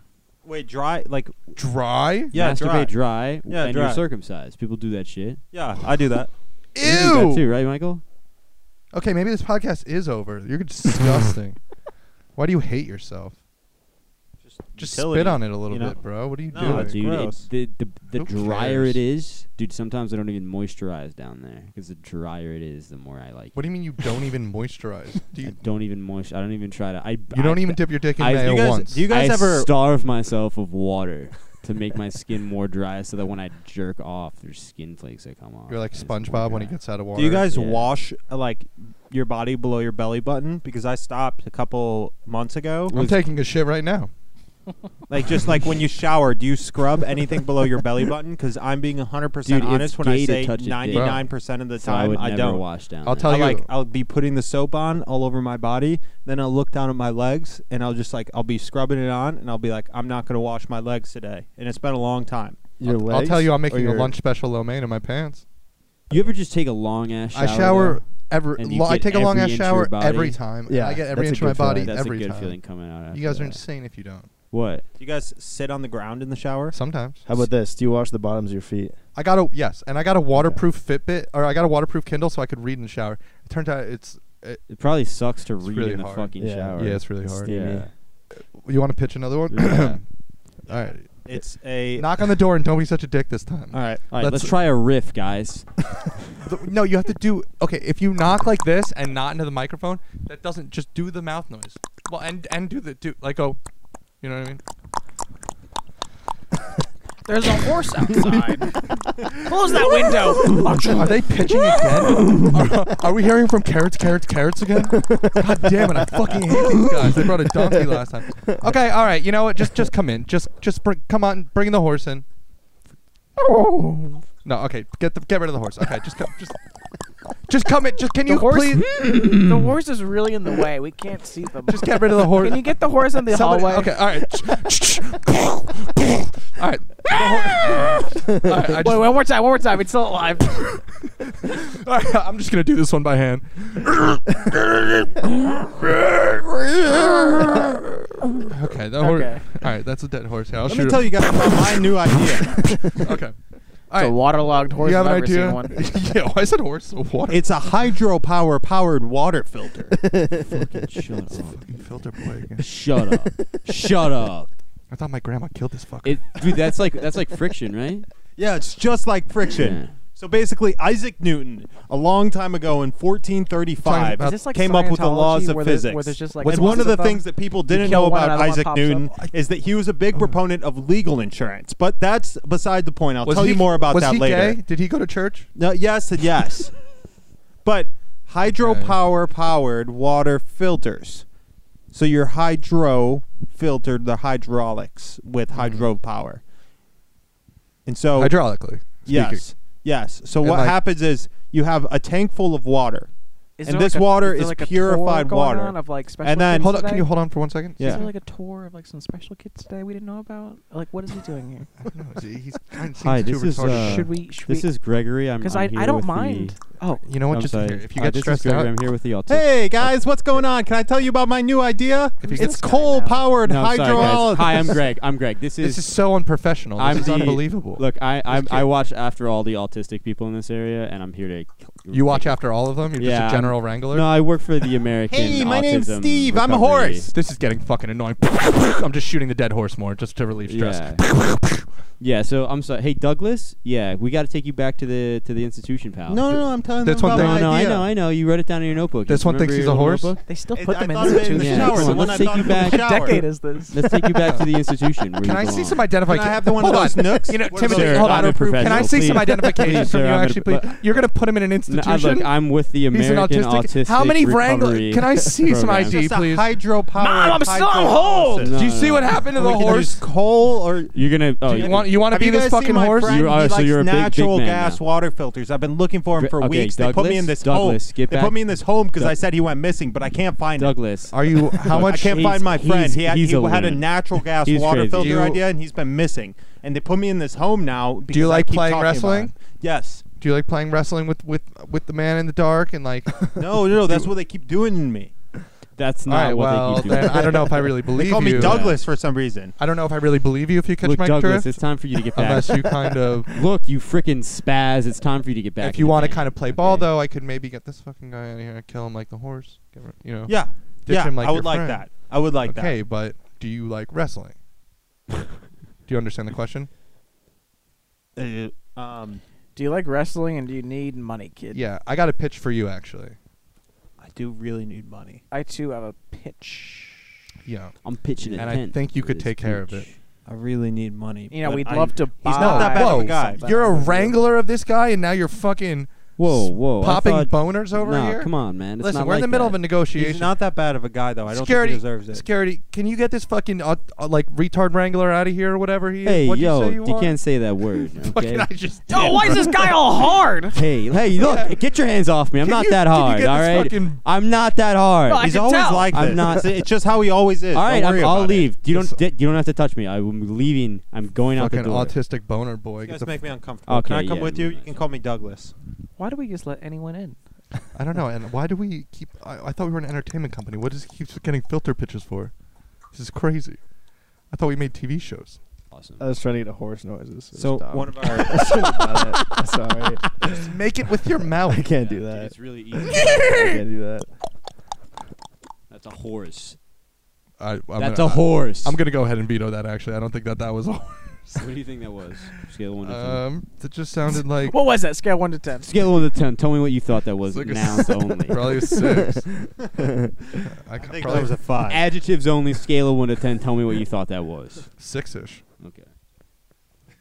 D: Wait, dry? Like,
A: Dry?
D: yeah, dry.
B: Masturbate dry.
D: Yeah,
B: and
D: dry.
B: you're circumcised. People do that shit.
D: Yeah, I do that.
B: You do that
A: Ew.
B: too, right, Michael?
A: Okay, maybe this podcast is over. You're disgusting. Why do you hate yourself?
D: Just,
A: Just spit on it a little
D: you know?
A: bit, bro. What are you
D: No,
A: doing?
D: it's
B: dude, it-
D: gross.
B: the the, the
A: Who
B: drier
A: cares?
B: it is, dude. Sometimes I don't even moisturize down there because the drier it is, the more I like.
A: What do you mean you don't even moisturize? Do
B: it. I
A: you,
B: don't even moisturize. I don't even try to. I
A: you don't even dip your dick in
B: I-
A: mayo
D: You guys-
A: once.
D: do you guys
B: I
D: ever-
B: starve myself of water to make my skin more dry, so that when I jerk off, there's skin flakes that come off.
A: You're like
B: and it's more
A: SpongeBob when he
B: dry.
A: gets out of water.
D: Do you guys
B: Yeah.
D: wash uh, like your body below your belly button? Because I stopped a couple months ago.
A: I'm taking a shit right now.
D: Like just like when you shower, do you scrub anything below your belly button? Because I'm being 100
B: Dude,
D: percent
B: it's
D: honest when I
B: gay to
D: say
B: touch a dick.
D: 99 percent of the
B: So I
D: time
B: would
D: I,
B: never
D: don't.
B: wash down.
A: I'll
B: there.
A: tell
D: I
A: you.
D: like I'll be putting the soap on all over my body, then I'll look down at my legs and I'll just like I'll be scrubbing it on and I'll be like I'm not gonna wash my legs today, and it's been a long time.
E: Your
A: I'll,
E: legs
A: I'll tell you, I'm
E: or
A: making a
E: your-
A: lunch special lo mein in my pants.
B: You ever just take a long ass shower?
A: I shower
B: though?
A: every.
B: And you
A: Lo- I
B: get
A: take a long ass
B: every inch of your
A: shower
B: body?
A: every time. and
E: Yeah,
A: I get every
E: that's
A: inch of
E: a
A: my
E: good
A: body
E: feeling.
B: That's
A: every
B: a good
A: time.
B: feeling coming out. after
A: You guys are
B: that.
A: insane if you don't.
B: What?
D: Do you guys sit on the ground in the shower?
A: Sometimes
E: How about this? Do you wash the bottoms of your feet?
A: I got a yes, and I got a waterproof Fitbit, or I got a waterproof Kindle, so I could read in the shower. It turns out it's it,
B: It probably sucks to
A: It's
B: read
A: really
B: in the
A: hard.
B: fucking
E: Yeah.
B: shower.
A: yeah, it's really hard.
E: Steamy.
B: Yeah.
A: You want to pitch another one?
B: Yeah.
A: All right,
D: It's a
A: knock on the door and don't be such a dick this time.
D: all right.
B: All right,
A: Let's-
B: let's try a riff, guys.
A: Th- No, you have to do okay. If you knock like this and not into the microphone, that doesn't just do the mouth noise. Well, and and do the do like oh, you know what I mean?
C: There's a horse outside. Close that window.
A: Are they pitching again? Are, are we hearing from carrots, carrots, carrots again? God damn it! I fucking hate these guys. They brought a donkey last time. Okay, all right. You know what? Just just come in. Just just bring, come on. Bring the horse in. Oh. No, okay. Get the, get rid of the horse. Okay, just come. Just just come in. Just can you
C: The horse?
A: please
C: the horse is really in the way. We can't see them.
A: just get rid of the horse?
C: Can you get the horse in the
A: Somebody-
C: hallway?
A: Okay, all right. all right. The hor- all right, I
C: Wait,
A: just-
C: one more time. One more time. It's still alive.
A: All right, I'm just gonna do this one by hand. okay, that horse.
C: Okay.
A: All right, that's a dead horse. Here, I'll
D: Let
A: shoot
D: me tell
A: him.
D: you guys about my new idea.
A: Okay. All
C: It's a
A: right.
C: waterlogged horse.
A: you have
C: I've
A: an
C: never
A: idea?
C: seen one.
A: yeah, well, I said horse. A water
D: It's a hydropower powered water filter.
B: Fucking shut up.
A: filter boy. Again.
B: Shut up. Shut up.
A: I thought my grandma killed this fucker.
B: It, dude, that's like that's like friction, right?
D: Yeah, it's just like friction.
B: Yeah.
D: So basically, Isaac Newton, a long time ago in 1435,
A: Is
C: this like
D: came up with the laws
C: Scientology
D: of
C: where there's-
D: physics.
C: where there's just like
D: and
C: lots
D: one
C: of
D: of the
C: them?
D: things that people didn't
C: kill
D: know
C: one,
D: about
C: another one
D: Isaac
C: pops
D: Newton
C: up. Oh.
D: is that he was a big proponent of legal insurance. But that's beside the point. I'll
A: was
D: tell
A: he,
D: you more about
A: was
D: that
A: he
D: later.
A: Gay? Did he go to church?
D: No, yes and yes. but hydropower powered water filters. So your hydro filtered the hydraulics with hydropower. And so
A: Hydraulically. speaking.
D: Oh. yes. Yes. So
A: And
D: what
A: like-
D: happens is you have a tank full of water.
C: Is
D: And
C: there, like,
D: this
C: a-
D: water
C: there,
D: is
C: like, a tour
D: purified
C: going
D: water.
C: on of like special
D: then-
C: kids
A: Hold on.
C: today?
A: Can you hold on for one second?
D: Yeah.
C: Is there like a tour of like some special kids today we didn't know about? Like, what is he doing here?
A: I don't know. is he- He's kind of seems
B: Hi,
A: too
B: this is,
A: retarded.
B: Uh,
C: should we? Should
B: This
C: we?
B: is Gregory. I'm
C: Because
B: I'm
C: I,
B: here
C: I don't
B: with
C: mind.
B: The,
C: Oh,
A: you know what?
B: I'm
A: Just
B: sorry.
A: here. If you
B: Hi,
A: get
B: this is
A: stressed
B: Gregory.
A: out,
B: I'm here with the autistic.
D: Hey guys, what's going on? Can I tell you about my new idea?
A: If you
D: It's
A: get-
D: coal powered
B: No, sorry, guys.
D: hydrolysis.
B: Hi, I'm Greg. I'm Greg. This is
A: this is so unprofessional. This
B: I'm
A: is
B: the-
A: unbelievable.
B: Look, I I,
A: This
B: I
A: kid-
B: watch after all the autistic people in this area, and I'm here to.
A: you watch after all of them. You're
B: Yeah,
A: just
B: I'm-
A: a general wrangler.
B: No, I work for the American.
D: Hey, my name's
B: Autism
D: Steve. I'm a
B: Recovery-
D: horse.
A: This is getting fucking annoying. I'm just shooting the dead horse more just to relieve stress.
B: Yeah. yeah. So I'm sorry. Hey, Douglas. Yeah, we got to take you back to the to the institution, pal.
D: No, no, no, I'm telling
A: That's
D: them
A: one
D: about
B: No,
A: thing-
D: my
B: no, I
D: idea.
B: know, I know. You wrote it down in your notebook.
A: This
B: You
A: one thinks
B: remember
A: he's a
B: your little
A: horse?
B: notebook?
C: they still
D: It-
C: put
D: I
C: them
D: thought
C: in
D: of it in the
C: institutions.
B: shower, so
C: Come on,
B: when I thought of it in the
C: What
D: shower.
C: decade is this?
B: Let's take you back to the institution. where
A: Can
B: you
A: I see
B: belong.
A: some identification?
D: Can I have the one of
A: hold
D: those
A: on.
D: nooks?
A: You know,
D: What
A: Timothy,
D: is it?
B: Sir,
A: hold
B: I'm
A: on.
B: a
A: Can I
B: professional.
A: see some
B: Please.
A: identification
B: Please,
A: from you,
B: sir, I'm
A: actually,
B: gonna-
A: please? You're going to put him in an
B: No, I-
A: institution?
B: uh, look, I'm with the
A: He's an
B: American
A: autistic.
B: Autistic.
A: How many
B: Recovery.
A: wranglers? Can I see some
B: Program.
A: ID,
D: Just a
A: please?
D: hydropowered
C: Mom, I'm still on
D: hydrolysis.
C: hold!
B: No,
A: Do you
B: no,
A: see
B: no.
A: what happened to
D: We
A: the
D: can
A: horse?
D: use coal or
B: You're gonna. Oh,
A: Do you want you want to
D: Have
A: be
D: you
A: this
D: guys seen
A: fucking
D: my
A: horse?
D: Friend?
B: You are-
D: he
B: so
D: likes
B: you're a big, big
D: natural
B: man
D: gas
B: now.
D: water filters. I've been looking for him
B: Dr-
D: for
B: okay,
D: weeks. they put me
B: Douglas,
D: in this
B: Douglas,
D: home.
B: get
D: they
B: back.
D: put me in this home because
B: Doug-
D: I said he went missing, but I can't find him.
B: Douglas.
A: Are you how
D: I
A: much
D: can't
B: He's-
D: find my
B: he's-
D: friend. He had,
B: he's
D: he
B: a
D: had a
B: loon.
D: natural gas
B: He's
D: water
B: crazy.
D: filter
A: You-
D: idea, and he's been missing. And they put me in this home now. Because
A: you
D: I
A: like
D: keep
A: playing
D: talking about
A: wrestling?
D: him. Yes.
A: Do you like playing wrestling with with with the man in the dark and like
D: No, no, that's what they keep doing to me.
B: That's
A: All
B: not
A: right,
B: what
A: well,
B: they keep doing.
A: then I don't know if I really believe
D: They call me
A: you.
D: Douglas for some reason.
A: I don't know if I really believe you if you catch
B: Look,
A: my
B: Douglas,
A: drift.
B: it's time for you to get back.
A: Unless you kind of
B: Look, you freaking spaz. It's time for you to get back.
A: if you
B: want
A: want to kind of play ball though, I could maybe get this fucking guy out of here and kill him like the horse. Get rid- You know.
D: Yeah,
A: Oh. Ditch
D: yeah,
A: him like
D: I
A: your
D: would like
A: friend.
D: that. I would like
A: okay, but do you like wrestling? do you understand the question?
D: that. Uh, um,
C: Do you like wrestling and do you need money, kid?
A: Yeah, I got a pitch for you actually.
D: I do really need money.
C: I too have a pitch.
A: Yeah.
B: I'm pitching it.
A: And I think you could take care of it.
D: I really need money.
C: You know,
D: but
C: we'd
D: I-
C: love to buy.
D: He's not that bad of
A: Whoa.
D: a guy.
C: something.
A: You're a wrangler of this guy, and now you're fucking
B: Whoa, whoa! I
A: popping
B: thought-
A: boners over
B: nah,
A: here.
B: come on, man. It's
A: Listen,
B: not
A: we're in the
B: like
A: middle
B: that.
A: of a negotiation.
D: He's not that bad of a guy, though. I don't
A: security,
D: think he deserves it.
A: Security, can you get this fucking uh, uh, like retard wrangler out of here or whatever he is?
B: Hey,
A: What'd
B: yo,
A: you, say you are?
B: can't say that word.
A: Fucking,
B: Okay?
A: I just
C: Oh, why is this guy all hard?
B: hey, hey, look! Get your hands off me. I'm
A: Can
B: not
A: you-
B: that
A: can you
B: hard.
A: get
B: all
A: this
B: right,
A: fucking-
B: I'm not that hard.
C: No, I
D: He's
C: can
D: always
C: tell.
D: like
B: I'm
D: this.
B: not-
D: It's- It's just how he always is.
B: all right,
D: don't worry
B: I'm, I'll
D: about it.
B: leave. You don't.
A: Just-
B: di- You don't have to touch me. I'm leaving. I'm going out the
A: fucking
B: door.
A: autistic boner boy.
D: You
A: Get
D: guys
A: the
D: make
A: f-
D: me uncomfortable. Can
B: Okay,
D: I come
B: yeah,
D: with you?
B: no,
D: You
B: no.
D: can call me Douglas.
C: Why do we just let anyone in?
A: I don't know. And why do we keep? I, I thought we were an entertainment company. What does he keep getting filter pitches for? This is crazy. I thought we made TV shows.
B: Awesome.
A: Uh,
E: I was trying to get a horse noises.
D: So
E: stop.
D: one of
E: I
D: our
E: shouldn't have done it. Sorry,
A: Just make it with your mouth.
E: I can't do
B: Yeah, dude,
E: that.
B: It's really easy.
E: I can't do that.
B: That's a horse.
A: I, I'm
B: That's
A: gonna,
B: a horse.
A: I, am gonna go ahead and veto that. Actually, I don't think that that was. all.
B: What do you think that was? Scale one to ten.
A: um, that just sounded like
C: What was that? Scale one to ten.
B: Scale one to ten. Tell me what you thought that was.
A: It's like a
B: Nouns only.
A: probably a six. I,
D: I
A: ca-
D: think
A: probably
D: that was a five.
B: Adjectives only. Scale of one to ten. Tell me what you thought that was.
A: six-ish.
B: Okay.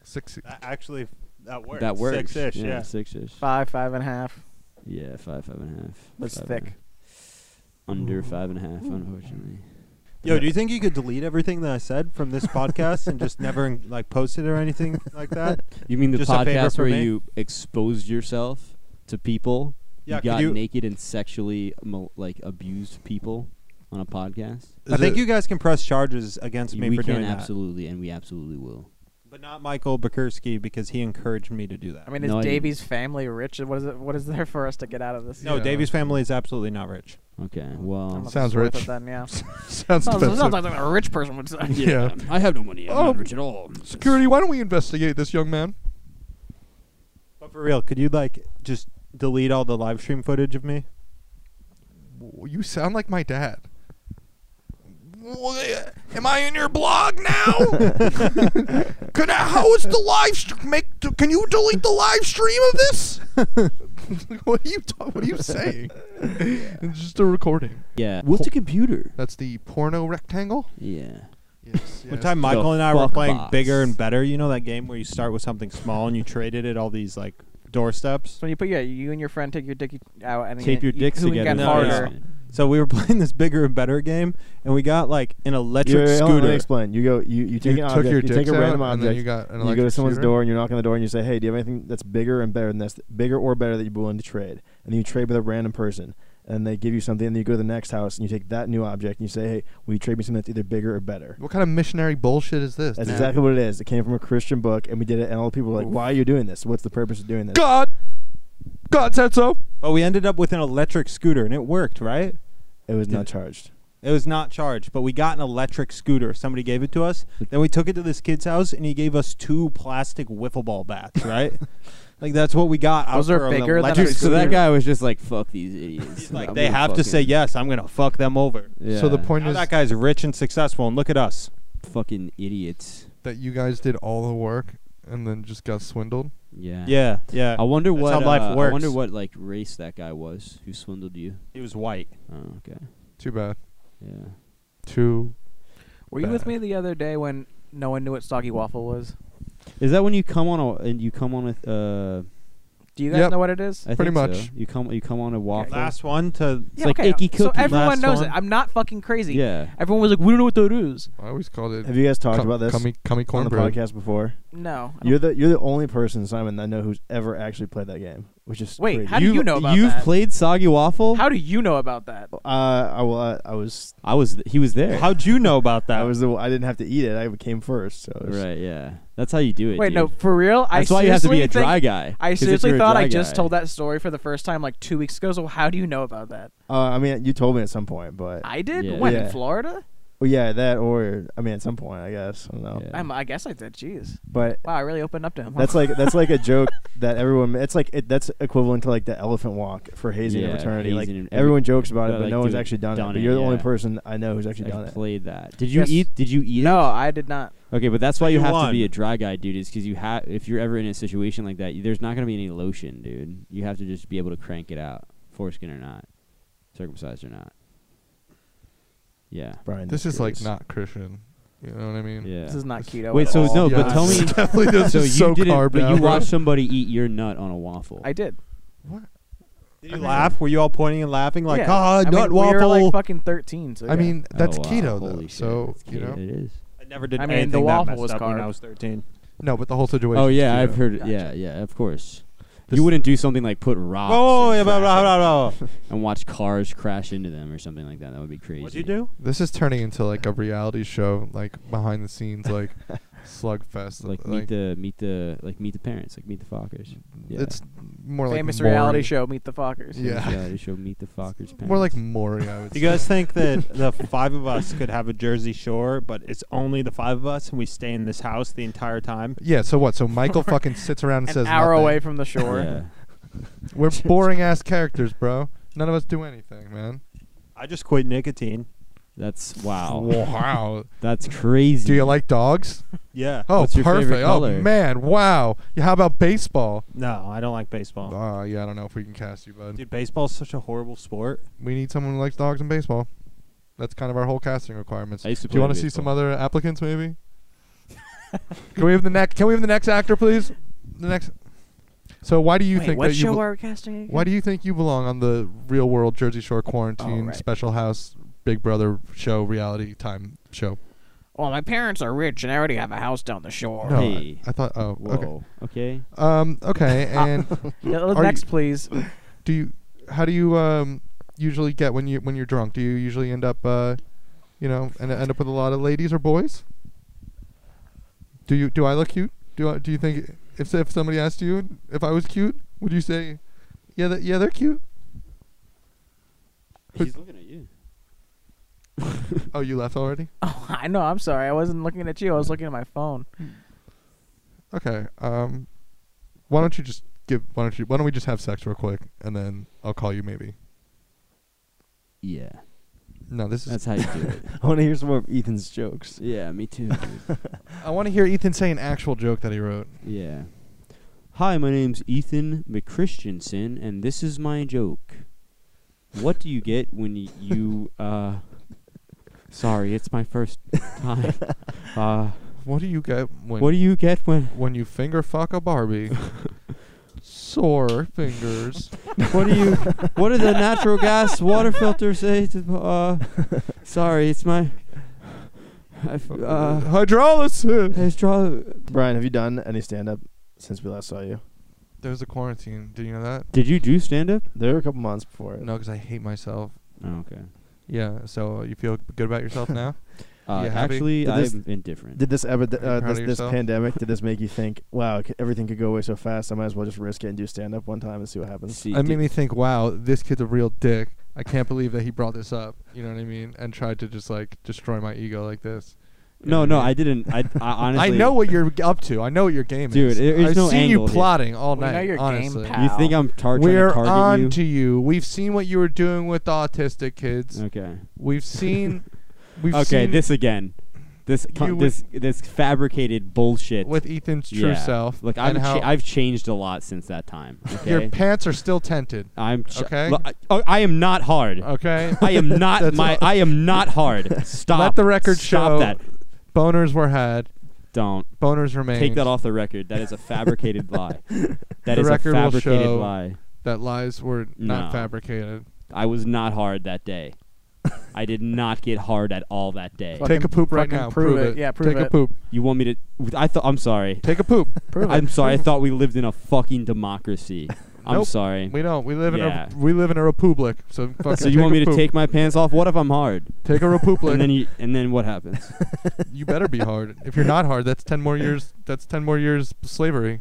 A: Six.
D: That Actually, that works.
B: That works.
D: Six-ish, yeah.
B: Six ish.
C: Five, five and a half.
B: Yeah, five, five and a half.
C: That's
B: Five and a
C: thick.
B: half. Under five and a half, unfortunately.
D: Yo, do you think you could delete everything that I said from this podcast and just never like post it or anything like that?
B: You mean the
D: Just a favor
B: podcast
D: for
B: where
D: me?
B: you exposed yourself to people?
D: Yeah,
B: you
D: could
B: got
D: you-
B: naked and sexually mol- like abused people on a podcast.
D: I
A: Is
D: think
A: it-
D: you guys can press charges against me
B: we
D: for
B: can
D: doing that.
B: absolutely, and we absolutely will.
D: But not Michael Bakursky because he encouraged me to do that.
C: I mean,
B: No,
C: is
B: I didn't.
C: Davy's family rich? What is it? What is there for us to get out of this?
D: no,
A: Yeah.
D: Davy's family is absolutely not rich.
B: Okay.
C: I'm
B: Well,
C: not
A: Sounds
C: worth it
A: rich.
C: Then, yeah.
A: sounds
C: sounds,
A: offensive.
C: sounds like something a rich person would say.
A: yeah.
B: I have no money. I'm
D: Oh.
A: Um,
B: not rich at all.
A: Security, why don't we investigate this young man?
D: But for real, could you like just delete all the live stream footage of me?
A: W- You sound like my dad. Wha- Am I in your blog now? can I, how is the live stream? Make do- can you delete the live stream of this? what are you ta- What are you saying? it's just a recording.
B: Yeah. What's a computer?
A: That's the porno rectangle.
B: Yeah.
A: Yes.
D: One time, Michael and I were
B: fuck
D: playing
B: box.
D: bigger and better. You know that game where you start with something small and you traded it all these like doorsteps.
C: So when you put yeah, you and your friend take your dick out and
B: Tape
C: you,
B: your dicks
C: who
B: together.
C: Got
D: No,
C: harder.
D: yeah. So we were playing this bigger and better game, and we got like an electric
E: You're- hold on, Let me
D: scooter.
E: explain. You go. You, you take
A: you
E: an
A: took
E: object.
A: your
E: you take
A: dicks
E: a random
A: out,
E: object.
A: and then you got an
E: and you go to
A: electric
E: someone's
A: scooter?
E: door and you knock on the door and you say, "Hey, do you have anything that's bigger and better than this, bigger or better that you're willing to trade?" And then you trade with a random person. and they give you something, and then you go to the next house and you take that new object and you say, "Hey, will you trade me something that's either bigger or better?"
A: What kind of missionary bullshit is this?
E: That's
A: dude?
E: exactly what it is. It came from a Christian book, and we did it, and all the people were like, "Why are you doing this? What's the purpose of doing this?"
A: God, God said so.
D: But we ended up with an electric scooter, and it worked, right?
E: It was
D: Did
E: not
D: it.
E: charged.
D: It was not charged, but we got an electric scooter. Somebody gave it to us. Then we took it to this kid's house, and he gave us two plastic wiffle ball bats. Right? like that's what we got. out
C: Those are
D: for an
C: bigger than
D: electric
C: our
B: Dude, so
C: scooter.
B: that guy was just like, "Fuck these idiots."
D: He's like,
B: I'm
D: they
B: gonna
D: have to say
B: fucking-
D: yes. I'm gonna fuck them over.
B: Yeah.
A: So the point
D: Now
A: is
D: that guy's rich and successful, and look at us.
B: fucking idiots.
A: that you guys did all the work and then just got swindled.
B: Yeah.
D: Yeah, yeah.
B: I wonder
D: That's
B: what
D: how life
B: uh, I
D: works.
B: wonder what like race that guy was who swindled you.
D: He was white.
B: Oh, okay.
A: Too bad.
B: Yeah.
A: Too.
C: Were you with
A: Bad.
C: me the other day when no one knew what soggy waffle was?
B: Is that when you come on a and you come on with uh?
C: Do you guys
A: Yep.
C: know what it is?
B: I
A: Pretty
B: think
A: much.
B: so. You come you come on a waffle.
D: Last one to
B: It's like icky
C: So
B: cookie,
C: everyone
D: last
C: knows
D: one.
C: it. I'm not fucking crazy.
B: yeah.
C: Everyone was like, "We don't know what that is."
A: I always called it.
E: Have you guys talked
A: cum-
E: about this
A: Cummy, cummy
E: on the
A: cornbread.
E: podcast before?
C: No. I
E: You're
C: don't-
E: the you're the only person, Simon, that I know who's ever actually played that game, which is
C: Wait,
E: crazy.
C: how do you know about
B: You've
C: that?
B: played soggy waffle.
C: How do you know about that?
E: uh, I, well, I, I was
B: I was th- he was there.
D: How'd you know about that?
E: I was the I didn't have to eat it. I came first, so it was-
B: right? Yeah. That's how you do it.
C: Wait,
B: dude.
C: no, for real. I
B: That's why you have to be
C: seriously
B: a dry
C: think-
B: guy.
C: I
B: 'cause if
C: seriously
B: you're a
C: thought I
B: dry
C: just
B: guy-
C: told that story for the first time like two weeks ago. So how do you know about that?
E: Uh, I mean, you told me at some point, but
C: I did.
B: Yeah.
C: When
E: Yeah.
C: in Florida?
E: well, yeah, that or I mean, at some point, I guess I don't know.
B: Yeah.
C: I'm, I guess I did. Jeez.
E: But
C: Wow, I really opened up to him. huh?
E: that's like that's like a joke that everyone. It's like it, that's equivalent to like the elephant walk for hazing and
B: Yeah,
E: fraternity. Like
B: hazing and-
E: everyone jokes about it,
B: but,
E: but
B: like,
E: no one's
B: dude,
E: actually done, it.
B: done
E: But
B: it,
E: you're the only
B: yeah.
E: person I know who's actually
B: I
E: done it.
B: played that. Did you
C: Yes.
B: eat? Did you eat it?
C: no, I did not.
B: Okay, but that's why
D: You
B: you, have to
D: won.
B: be a dry guy, dude. Is because you have if you're ever in a situation like that, you- there's not gonna be any lotion, dude. You have to just be able to crank it out, foreskin or not, circumcised or not. Yeah.
E: Brian,
A: This is like
E: Cruz.
A: not Christian. You know what I mean?
B: Yeah.
C: This is not keto.
B: Wait,
C: at
B: so
C: all.
B: no,
A: Yeah,
B: but tell
A: this
B: me.
A: is definitely this
B: so
A: is
B: you
A: so
B: didn't,
A: carved
B: but
A: out,
B: you
A: bro.
B: watched somebody eat your nut on a waffle.
C: I did.
D: Did you laugh? Were you all pointing and laughing like,
C: yeah.
D: ah,
C: I mean,
D: nut
C: We were
D: waffle?
C: like fucking thirteen. So
A: I
C: yeah.
A: mean, that's
B: oh, wow.
A: keto
B: Holy
A: though.
B: shit,
A: So
B: that's
A: you
B: keto.
A: know,
B: it is.
D: I never did
C: I mean, the
D: anything
C: waffle
D: that messed
C: was
D: up when I
C: carved.
D: was 13.
A: no, but the whole situation.
B: Oh
A: is
B: yeah,
A: keto.
B: I've heard.
C: Gotcha.
B: Yeah, yeah, of course.
A: This-
B: you wouldn't do something like put rocks
D: Oh,
B: and
D: yeah, blah,
B: trash
D: blah,
B: on-
D: blah, blah.
B: and watch cars crash into them or something like that. That would be crazy.
D: What'd you do?
A: This is turning into like a reality show, like behind the scenes, like slugfest.
B: Like, meet the meet the like meet the parents, like meet the Fockers. Yeah.
A: It's more like
C: famous
A: Maury.
C: reality show, Meet the Fockers.
A: Yeah.
B: reality show meet the Fockers parents.
A: More like Maury, I would.
D: Do
A: say.
D: you guys think that the five of us could have a Jersey Shore, but it's only the five of us and we stay in this house the entire time?
A: Yeah. So what? So Michael fucking sits around and
C: An
A: says
C: hour
A: nothing.
C: away from the shore.
B: Yeah.
A: We're boring ass characters, bro. None of us do anything, man.
D: I just quit nicotine.
B: That's wow.
A: Wow.
B: That's crazy.
A: do you like dogs?
D: Yeah.
A: Oh,
B: What's your favorite
A: perfect. Oh
B: color?
A: man, wow. Yeah, how about baseball?
D: No, I don't like baseball.
A: Oh yeah, I don't know if we can cast you, bud.
D: Dude, baseball's such a horrible sport.
A: We need someone who likes dogs and baseball. That's kind of our whole casting requirements.
B: I used to
A: Do you
B: play
A: want to see some
B: baseball.
A: other applicants, maybe? can we have the next? Can we have the next actor, please? The next. So why do you
C: Wait,
A: think
C: what
A: that you?
C: show
A: bel-
C: are we casting? Again?
A: why do you think you belong on the Real World Jersey Shore quarantine
C: Oh, right.
A: special house Big Brother show reality time show?
C: Well, my parents are rich and I already have a house down the shore.
A: No, I-
B: Hey.
A: I, thought. Oh, okay.
B: Whoa. Okay.
A: Um, okay. And
C: Yeah,
A: Are
C: next,
A: you-
C: please.
A: do you? How do you um usually get when you when you're drunk? Do you usually end up uh, you know, and end up with a lot of ladies or boys? Do you? Do I look cute? Do I? Do you think if if somebody asked you if I was cute, would you say, yeah, that yeah, they're cute?
B: He's looking at you.
A: Oh, you left already.
C: Oh, I know. I'm sorry. I wasn't looking at you. I was looking at my phone.
A: Okay. Um, why don't you just give? Why don't you? Why don't we just have sex real quick, and then I'll call you maybe.
B: Yeah.
A: No, this is.
B: That's how you do it.
E: I want to hear some more of Ethan's jokes.
B: Yeah, me too. dude.
A: I want to hear Ethan say an actual joke that he wrote.
B: Yeah. Hi, my name's Ethan McChristiansen, and this is my joke. What do you get when y- you, uh. Sorry, it's my first time. Uh,
A: What do you get when?
B: what do you get when.
A: when you finger fuck a Barbie? Sore fingers.
B: What do you. What do the natural gas water filters say to. Uh, sorry, it's my. I f- uh,
A: Hydrolysis.
B: I draw.
E: Brian, have you done any stand up since we last saw you?
A: There's a quarantine. Did you know that?
B: Did you do stand up?
E: There were a couple months before. it.
A: No, because I hate myself.
B: Oh, okay.
A: Yeah. So you feel good about yourself now?
B: Uh,
A: You happy?
B: actually,
E: Did
B: I'm
E: this-
B: indifferent.
E: Did this ever?
A: Are you
E: Uh,
A: proud of
E: this, this
A: yourself?
E: pandemic? Did this make you think? Wow, c- everything could go away so fast. I might as well just risk it and do stand up one time and see what happens.
B: See,
A: It
B: did-
A: made me think, wow, this kid's a real dick. I can't believe that he brought this up. You know what I mean? And tried to just like destroy my ego like this. You
B: no,
A: know
B: no,
A: what
B: I
A: mean?
B: didn't. I, I honestly,
A: I know what you're up to. I know what your game
B: Dude,
A: is.
B: there is
A: I've
B: no
A: seen
B: angle
A: you
B: here.
A: plotting all
C: We
A: night.
C: know your game,
A: honestly.
C: pal.
B: You think I'm tar- trying
A: We're
B: to target
A: on
B: you?
A: to you. We've seen what you were doing with autistic kids.
B: okay.
A: We've seen. We've
B: okay,
A: seen
B: this again. This co-
A: You would-
B: this this fabricated bullshit.
A: with Ethan's true
B: Yeah.
A: self.
B: Like
A: and
B: I'm
A: how
B: cha- I've changed a lot since that time.
A: your
B: Okay?
A: pants are still tented.
B: I'm ch-
A: Okay.
B: Look, I, oh, I am not hard.
A: Okay,
B: I am not
A: That's
B: my
A: all.
B: I am not hard. Stop.
A: Let the record
B: Stop
A: show-
B: that.
A: boners were had.
B: Don't.
A: Boners remain.
B: Take that off the record. That is a fabricated lie. That
A: The
B: is
A: record
B: a
A: will
B: fabricated
A: show-
B: lie.
A: That lies were not
B: No.
A: fabricated.
B: I was not hard that day. I did not get hard at all that day.
C: Fucking-
A: Take a poop right
C: fucking
A: now.
C: prove it.
A: it.
C: Yeah, prove
A: Take a
C: it.
A: poop.
B: You want me to? I thought. I'm sorry.
A: Take a poop.
C: Prove it.
B: I'm sorry. I thought we lived in a fucking democracy. I'm
A: Nope.
B: sorry.
A: We don't. We live
B: Yeah.
A: in a we live in a republic. So fucking.
B: So you want
A: a
B: me to
A: poop.
B: take my pants off? What if I'm hard?
A: take a republic?
B: And then you, and then what happens?
A: you better be hard. If you're not hard, that's ten more years. That's ten more years slavery.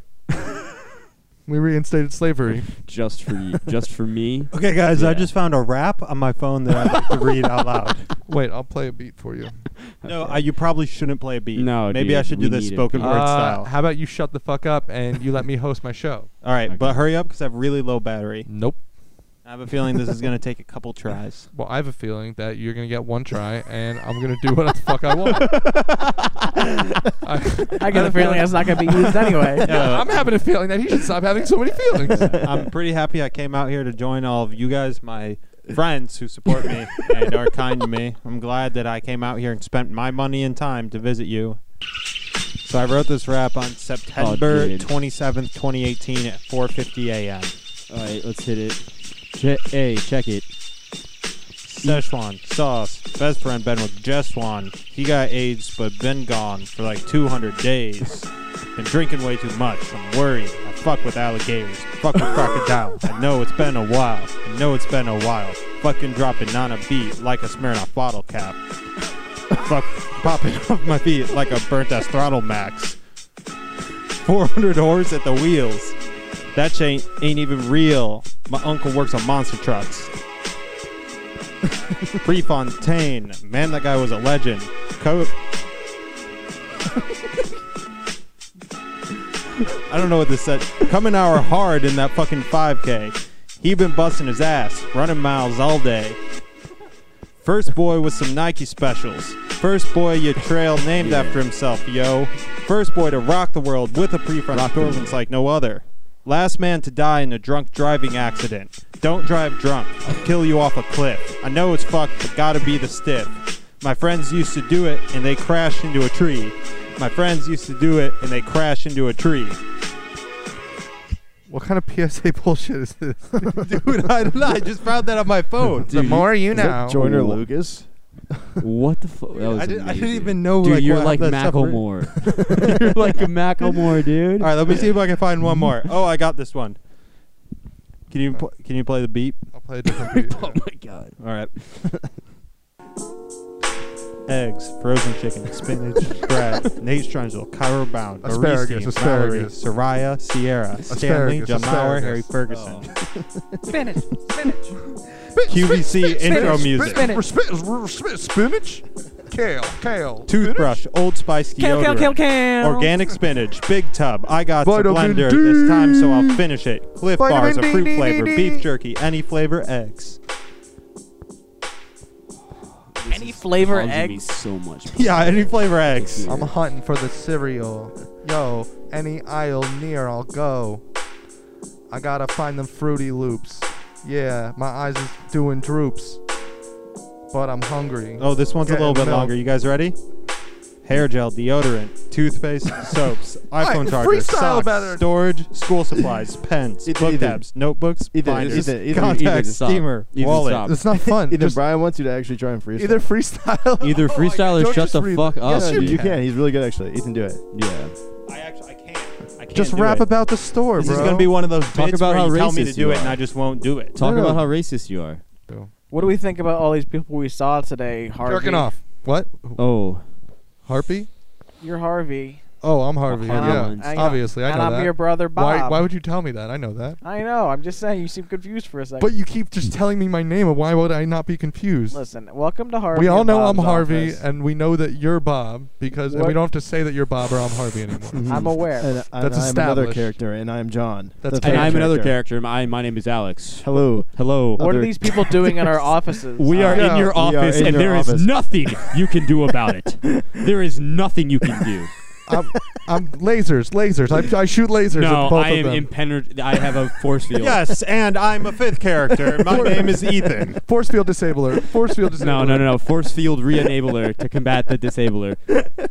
A: we reinstated slavery.
B: Just for you, just for me.
D: Okay, guys,
B: Yeah.
D: I just found a rap on my phone that I'd like to read out loud.
A: Wait, I'll play a beat for you.
D: No,
B: Okay.
D: uh, you probably shouldn't play a beat.
B: No,
D: maybe
B: dude,
D: I should do
B: we
D: this
B: need a
D: spoken
B: beat.
D: word
A: Uh,
D: style.
A: How about you shut the fuck up and you let me host my show?
D: All right,
B: Okay.
D: but hurry up because I have really low battery.
A: Nope.
D: I have a feeling this is going to take a couple tries.
A: Well, I have a feeling that you're gonna get one try, and I'm gonna do what the fuck I want. I,
C: I get the feeling that's not gonna be used anyway.
A: Yeah, I'm having a feeling that he should stop having so many feelings.
D: I'm pretty happy I came out here to join all of you guys, my friends who support me and are kind to me. I'm glad that I came out here and spent my money and time to visit you. So I wrote this rap on September
B: dude.
D: 27th, 2018 at 4:50 a.m.
B: All right, let's hit it. Che- hey, check it.
D: Szechuan sauce. Best friend been with Jeswan. He got AIDS, but been gone for like 200 days. Been drinking way too much. I'm worried. I fuck with alligators. Fuck with crocodiles. I know it's been a while. I know it's been a while. Fucking dropping on a beat like a Smirnoff bottle cap. Fuck popping off my feet like a burnt ass throttle max. 400 horse at the wheels. That shit ain't even real. My uncle works on monster trucks. Prefontaine. Man, that guy was a legend. Co- I don't know what this said. Coming hour hard in that fucking 5K. He been busting his ass, running miles all day. First boy with some Nike specials. First boy your trail named
B: Yeah.
D: after himself, yo. First boy to rock the world with a prefrontal performance like no other. Last man to die in a drunk driving accident. Don't drive drunk. I'll kill you off a cliff. I know it's fucked, but gotta be the stiff. My friends used to do it and they crashed into a tree. My friends used to do it and they crashed into a tree.
A: What kind of PSA bullshit is this?
D: Dude, I don't know. I just found that on my phone.
A: the more you
E: Is that
A: know.
E: Joyner
B: Wha-
E: Lucas?
B: What the fuck? That was
D: I, did, I didn't
B: amazing.
D: even know.
B: Dude,
D: like,
B: you're
D: what-
B: like
D: that stuff were-
B: Macklemore. you're like a Macklemore, dude.
D: All right, let me see if I can find one more. Oh, I got this one. Can you pl- can you play the beep?
A: I'll play a different beat.
B: Oh my god.
D: All right. Eggs, frozen chicken, spinach, bread, Nate Strunzel, Kyra Bound,
A: Asparagus,
D: Barisi, Mallory,
A: asparagus.
D: Soraya, Sierra, Stanley,
A: Asparagus,
D: Jamauer,
A: asparagus. Oh.
D: Harry Ferguson.
C: Spinach, spinach.
D: QVC intro
C: spinach,
D: music.
C: spinach.
A: Spinach? Kale. Kale.
D: Toothbrush, Old Spice
C: Kale,
D: deodorant,
C: kale, kale, kale.
D: organic spinach, big tub. I got some
A: Vitamin
D: blender
A: D.
D: this time, so I'll finish it. Cliff
A: Vitamin
D: bars,
A: D,
D: a fruit
A: D, D,
D: flavor,
A: D.
D: beef jerky, any flavor, eggs.
C: Any flavor
B: Causing me
C: eggs.
B: so much.
D: Yeah, any flavor eggs.
A: I'm hunting for the cereal. Yo, any aisle near, I'll go. I gotta find them fruity loops. Yeah, my eyes is doing droops. But I'm hungry.
D: Oh, this one's a
A: Yeah,
D: little bit
A: milk.
D: longer. You guys ready? Hair gel, deodorant, toothpaste, soaps, iPhone
A: Alright,
D: charger,
A: freestyle
D: socks,
A: better.
D: storage, school supplies, pens,
E: Ethan,
D: book
E: Ethan.
D: tabs, notebooks,
E: Ethan,
D: binders,
E: Ethan, Ethan,
D: contacts,
B: Ethan, stop.
D: steamer,
B: Ethan,
D: wallet.
B: stop.
A: It's not fun.
E: Either
A: Just
E: Brian wants you to actually try and freestyle.
A: either freestyle.
B: Either
A: Oh my
B: freestyle
A: God,
B: or
A: don't
B: shut
A: just
B: the
A: read
B: fuck
A: them.
B: up,
A: Yes,
E: No,
A: you
E: dude, you
A: can.
E: can. He's really good actually. Ethan, do it.
B: Yeah.
D: I actually I can't. I I can't
A: Just
D: do
A: rap
D: it.
A: about the store,
D: This
A: bro.
D: is gonna be one of those
B: Talk
D: bits
B: about
D: where
B: how
D: you tell me to
B: racist
D: do
B: you
D: it and
B: are.
D: I just won't do it.
B: Talk
E: No, no.
B: about how racist you are.
C: What do we think about all these people we saw today? Harvey,
A: Jerking off. What?
B: Oh,
A: Harpy?
C: You're Harvey.
A: Oh, I'm Harvey.
B: Harvey
A: yeah,
B: Weinstein.
C: I know.
A: obviously, I know
C: and I'm
A: that.
C: your brother Bob.
A: Why? Why would you tell me that? I know that.
C: I know. I'm just saying. You seem confused for a second.
A: But you keep just telling me my name, and why would I not be confused?
C: listen. Welcome to Harvey.
A: we all
C: and
A: know
C: Bob's
A: I'm Harvey,
C: office.
A: and we know that you're Bob because, and
C: What?
A: we don't have to say that you're Bob or I'm Harvey anymore.
E: Mhm.
C: I'm aware.
E: And, I-
A: That's
E: I'm another
A: established.
E: character, and I'm John.
A: That's
E: the third
B: and I'm another
E: character.
B: character. My my name is Alex.
E: Hello.
B: Hello.
C: What are
E: Other-
C: these people doing in our offices?
B: We are
A: Yeah,
B: in your
E: we are
B: office,
E: in
B: and
E: your
B: there is
E: office.
B: nothing you can do about it. There is nothing you can do.
A: I'm, I'm lasers, lasers. I, I shoot lasers
B: no,
A: at both
B: I
A: of
B: am
A: them.
B: impenetrable. I have a force field.
D: Yes, and I'm a fifth character. My name is Ethan.
A: Force field disabler. Force field disabler.
B: No, no, no, no. Force field re-enabler to combat the disabler.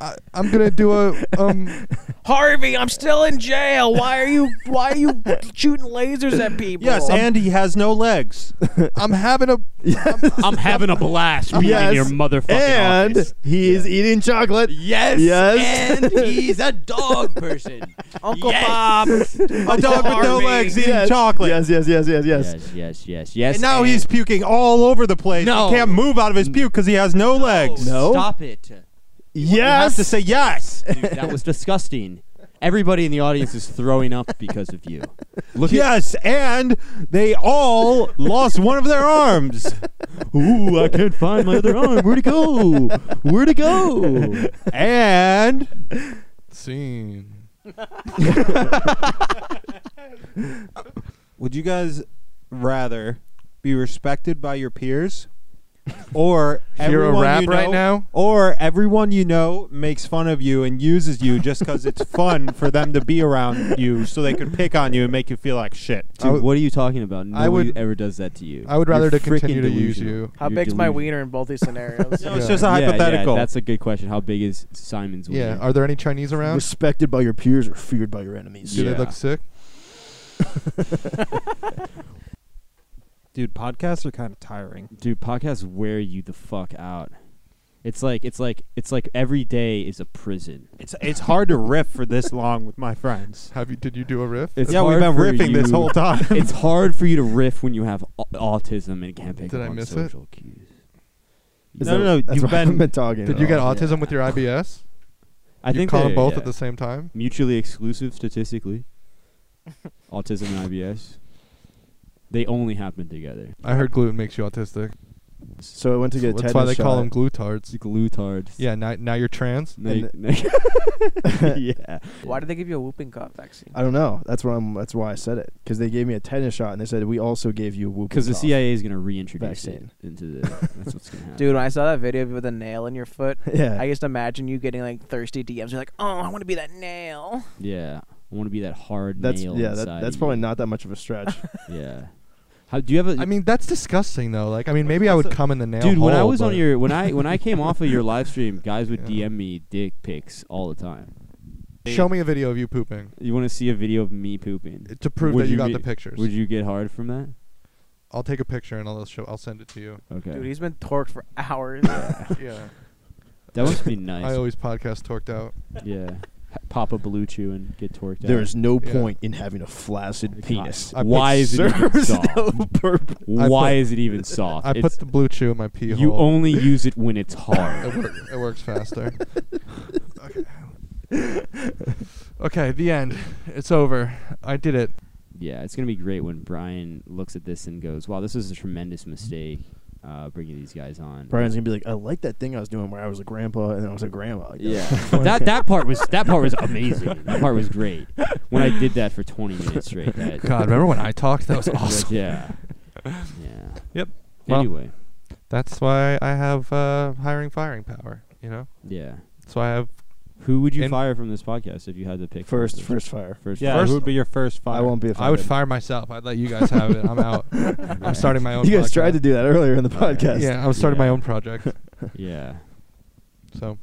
A: I, I'm gonna do a um.
C: Harvey, I'm still in jail. Why are you? Why are you shooting lasers at people?
D: Yes, and he has no legs.
A: I'm having a.
B: I'm having a blast being in
E: Yes,
B: your motherfucking
E: and
B: office.
E: he is eating chocolate.
B: Yes,
E: Yes.
B: and he's a dog person.
C: Uncle
B: Yes.
C: Bob.
D: A dog with no
B: Harvey.
D: legs eating
E: Yes.
D: chocolate.
E: Yes, yes, yes, yes, yes.
B: Yes, yes, yes, yes.
D: And now he's puking all over the place.
B: No.
D: He can't move out of his puke because he has no, legs.
E: No.
B: Stop it.
D: You have
E: Yes.
D: to say yes.
B: Dude, that was disgusting. Everybody in the audience is throwing up because of you. Look
D: yes, and they all lost one of their arms.
B: at Ooh, I can't find my other arm. Where'd it go? Where'd it go?
D: And
A: Scene.
D: would you guys rather be respected by your peers or
A: Hear a
D: everyone
A: rap
D: you know-
A: right now.
D: Or everyone you know makes fun of you and uses you just because it's fun for them to be around you so they could pick on you and make you feel like shit.
A: I
B: Dude,
A: would-
B: what are you talking about? Nobody
A: I would-
B: ever does that to you.
A: I would rather
B: You're
A: to
B: freaking
A: continue to use
B: delusional.
A: you.
C: How
B: You're
C: big's my
B: delusional.
C: wiener in both these scenarios?
D: No, it's
A: Yeah.
D: just a
B: Yeah,
D: hypothetical.
B: Yeah, that's a good question. How big is Simon's
A: Yeah.
B: wiener?
A: Are there any Chinese around?
E: Respected by your peers or feared by your enemies.
A: Do
B: Yeah.
A: they look sick?
D: Dude, podcasts are kind of tiring.
B: Dude, podcasts wear you the fuck out. It's like it's like it's like every day is a prison.
D: It's it's hard to riff for this long with my friends.
A: Have you? Did you do a riff?
B: It's
D: yeah, we've
B: hard
D: been
B: for
D: riffing this
B: you-
D: whole time.
B: it's hard for you to riff when you have au- autism and can't pick
A: Did
B: up
A: I
B: on
A: miss it?
B: social cues.
E: Is
D: No,
E: that-
D: no, no,
E: That's
D: you've
E: why I haven't
D: been-
E: been talking.
A: Did
E: at
A: you get
E: all.
A: autism with your IBS?
B: I
A: you
B: think
A: caught them
B: they're,
A: both
B: yeah,
A: at the same time.
B: mutually exclusive statistically. autism and IBS. They only happen together.
A: I heard gluten makes you autistic.
E: So I went to get a
A: That's why they
E: tetanus
A: call
E: shot.
A: them glutards.
B: It's glutards.
A: Yeah. Now, now you're trans.
B: No,
E: And
B: no- yeah.
C: Why did they give you a whooping cough vaccine?
E: I don't know. That's why I'm. That's why I said it because they gave me a tetanus shot and they said we also gave you a whooping.
B: Because the
E: cough."
B: CIA is going to reintroduce it
E: Vaccine.
B: into the. That's what's going to happen.
C: Dude, when I saw that video of you with a nail in your foot,
E: Yeah.
C: I just imagine you getting like thirsty DMs. You're like, oh, I want to be that nail.
B: Yeah. I want to be that hard
E: that's
B: nail.
E: yeah. That,
B: inside
E: that's
B: of
E: probably
B: you.
E: not that much of a stretch.
B: Yeah. How do you have a?
A: I mean, that's disgusting though. Like, I mean, maybe I would come in the nail.
B: dude, when I
A: hole,
B: was on
A: but-
B: your when I when I came off of your live stream, guys would
A: Yeah.
B: DM me dick pics all the time.
A: show me a video of you pooping eh,
B: You want to see a video of me pooping?
A: to prove
B: Would
A: that you,
B: you
A: got
B: be-
A: the pictures.
B: Would you get hard from that?
A: I'll take a picture and I'll show. I'll send it to you.
B: Okay.
C: Dude, he's been torqued for hours.
A: yeah.
B: that must be
A: I
B: nice.
A: always podcast torqued out.
B: yeah. Pop a blue chew and get torqued out.
E: There is no
A: Yeah.
E: point in having a flaccid
B: God.
E: penis.
A: I
B: Why
A: put-
B: is it even
E: Serves
B: soft?
E: no purpose.
A: I
B: Why
A: put-
B: is it even soft?
A: I put
B: It's-
A: the blue chew in my pee hole.
B: you only use it when it's hard.
A: It, work, it works faster. okay. Okay. The end. It's over. I did it.
B: Yeah, it's gonna be great when Brian looks at this and goes, "Wow, this is a tremendous mistake, uh, bringing these guys on."
E: Brian's gonna be like, I like that thing I was doing where I was a grandpa and then I was a grandma. Like,
B: Yeah, oh, that that part was that part was amazing. That part was great when I did that for 20 minutes straight. That,
A: God, remember when I talked? That was awesome.
B: Yeah, yeah.
A: Yep. Well-
B: Anyway,
A: That's why I have uh, hiring firing power. You know.
B: yeah.
A: So I have.
B: Who would you
A: And-
B: fire from this podcast if you had to pick
E: First,
B: one?
E: first fire.
B: first,
D: yeah,
A: First-
D: who would be your first five?
E: I won't be. Offended.
A: I would fire myself. I'd let you guys have it. I'm out. I'm starting my own.
E: You guys
A: podcast.
E: tried to do that earlier in the
D: Oh,
E: podcast.
A: Yeah, I'm starting my
B: Yeah.
A: own project.
B: Yeah.
A: So,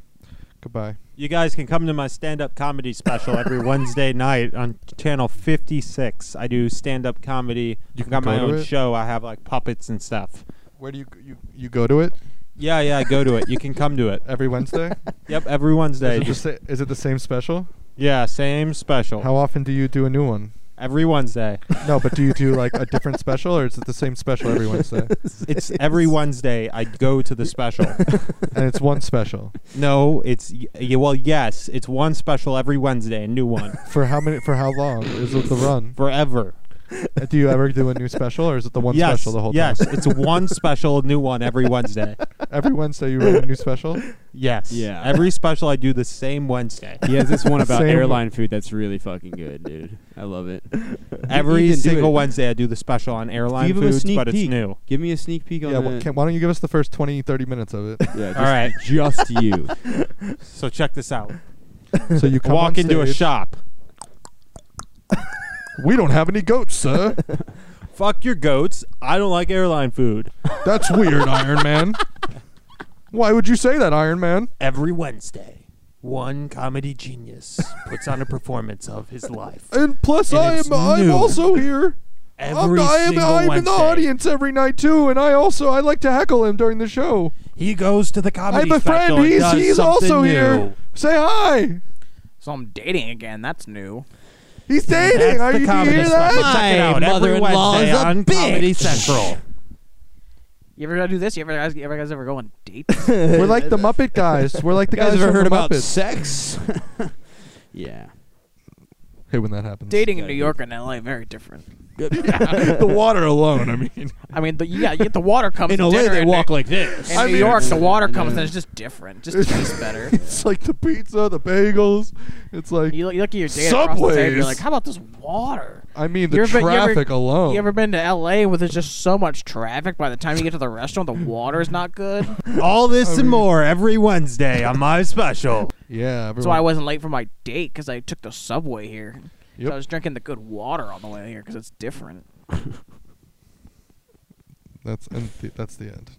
A: goodbye.
D: You guys can come to my stand-up comedy special every Wednesday night on channel 56. I do stand-up comedy.
A: You
D: You
A: can
D: got my
A: go to
D: own
A: it?
D: show. I have like puppets and stuff.
A: Where do you you you go to it
D: Yeah, yeah, go to it. You can come to it.
A: every Wednesday?
D: Yep, every Wednesday.
A: Is it, the sa- is it the same special?
D: Yeah, same special.
A: How often do you do a new one?
D: every Wednesday.
A: No, but do you do like a different special, or is it the same special every Wednesday?
D: It's every Wednesday I go to the special.
A: And it's one special
D: no, it's y- y- well, yes, it's one special every Wednesday, a new one
A: for how many? For how long is it the run?
D: forever.
A: Uh, Do you ever do a new special, or is it the one
D: yes,
A: special the whole
D: yes,
A: time?
D: it's one special, new one every Wednesday.
A: Every Wednesday you write a new special.
D: Yes.
B: Yeah.
D: Every special I do the same Wednesday.
B: He has this one about
A: Same.
B: airline food that's really fucking good, dude. I love it.
D: Every
B: Ethan, do
D: single
B: it.
D: Wednesday I do the special on airline
B: Give him a
D: foods,
B: sneak
D: but
B: peek.
D: it's new.
B: Give me a sneak peek on
A: yeah.
B: that.
A: Well, can, why don't you give us the first 20, 30 minutes of it?
B: yeah, just,
D: All right.
B: just you.
D: So check this out.
A: So you come on
D: Walk into a
A: stage,
D: shop.
A: We don't have any goats, sir.
D: Fuck your goats. I don't like airline food.
A: That's weird, Iron Man. Why would you say that, Iron Man?
D: Every Wednesday, one comedy genius puts on a performance of his life.
A: And plus,
D: And
A: I am
D: it's
A: I'm
D: new.
A: also here. I'm,
D: Every
A: I am
D: single
A: I'm in the
D: Wednesday,
A: audience every night too, and I also I like to heckle him during the show.
D: he goes to the
A: I
D: comedy
A: have a
D: special
A: friend.
D: and
A: He's
D: does
A: he's
D: something
A: also
D: new.
A: here. Say hi.
C: So I'm dating again. That's new.
A: He's dating.
D: That's
A: Are
D: the
A: you, do you
D: comedy
A: hear
D: special.
A: that?
D: Check it out every Wednesday on Comedy Central.
C: You ever gotta do this? You ever guys, you ever guys ever go on dates?
A: We're like the Muppet guys. We're like the
B: You guys ever
A: from
B: heard
A: the
B: about
A: Muppets.
B: sex? yeah.
A: Hey, when that happens.
C: dating in
B: Yeah,
C: New
B: dude.
C: York and LA very different.
A: the water alone. I mean,
C: I mean, the, yeah, you- the water comes
B: In
C: to
B: LA,
C: dinner
B: they
C: in
B: walk
C: New,
B: like this.
C: in
A: I
C: New
A: mean-
C: York. The water
B: Yeah.
C: comes and it's just different. Just tastes better.
A: it's like the pizza, the bagels. It's like
C: You look, you look at your date across the table.
A: Subways.
C: You're like, how about this water?
A: I mean the
C: You ever been- you ever-
A: traffic alone.
C: You ever been to LA where there's just so much traffic? By the time you get to the restaurant, the water is not good.
D: All this
A: I
D: and
A: mean-
D: more every Wednesday on my special.
A: yeah,
C: That's why I
A: everyone-
C: wasn't late for my date because I took the subway here.
A: Yep.
C: So I was drinking the good water on the way here because it's different.
A: That's and the, that's the end.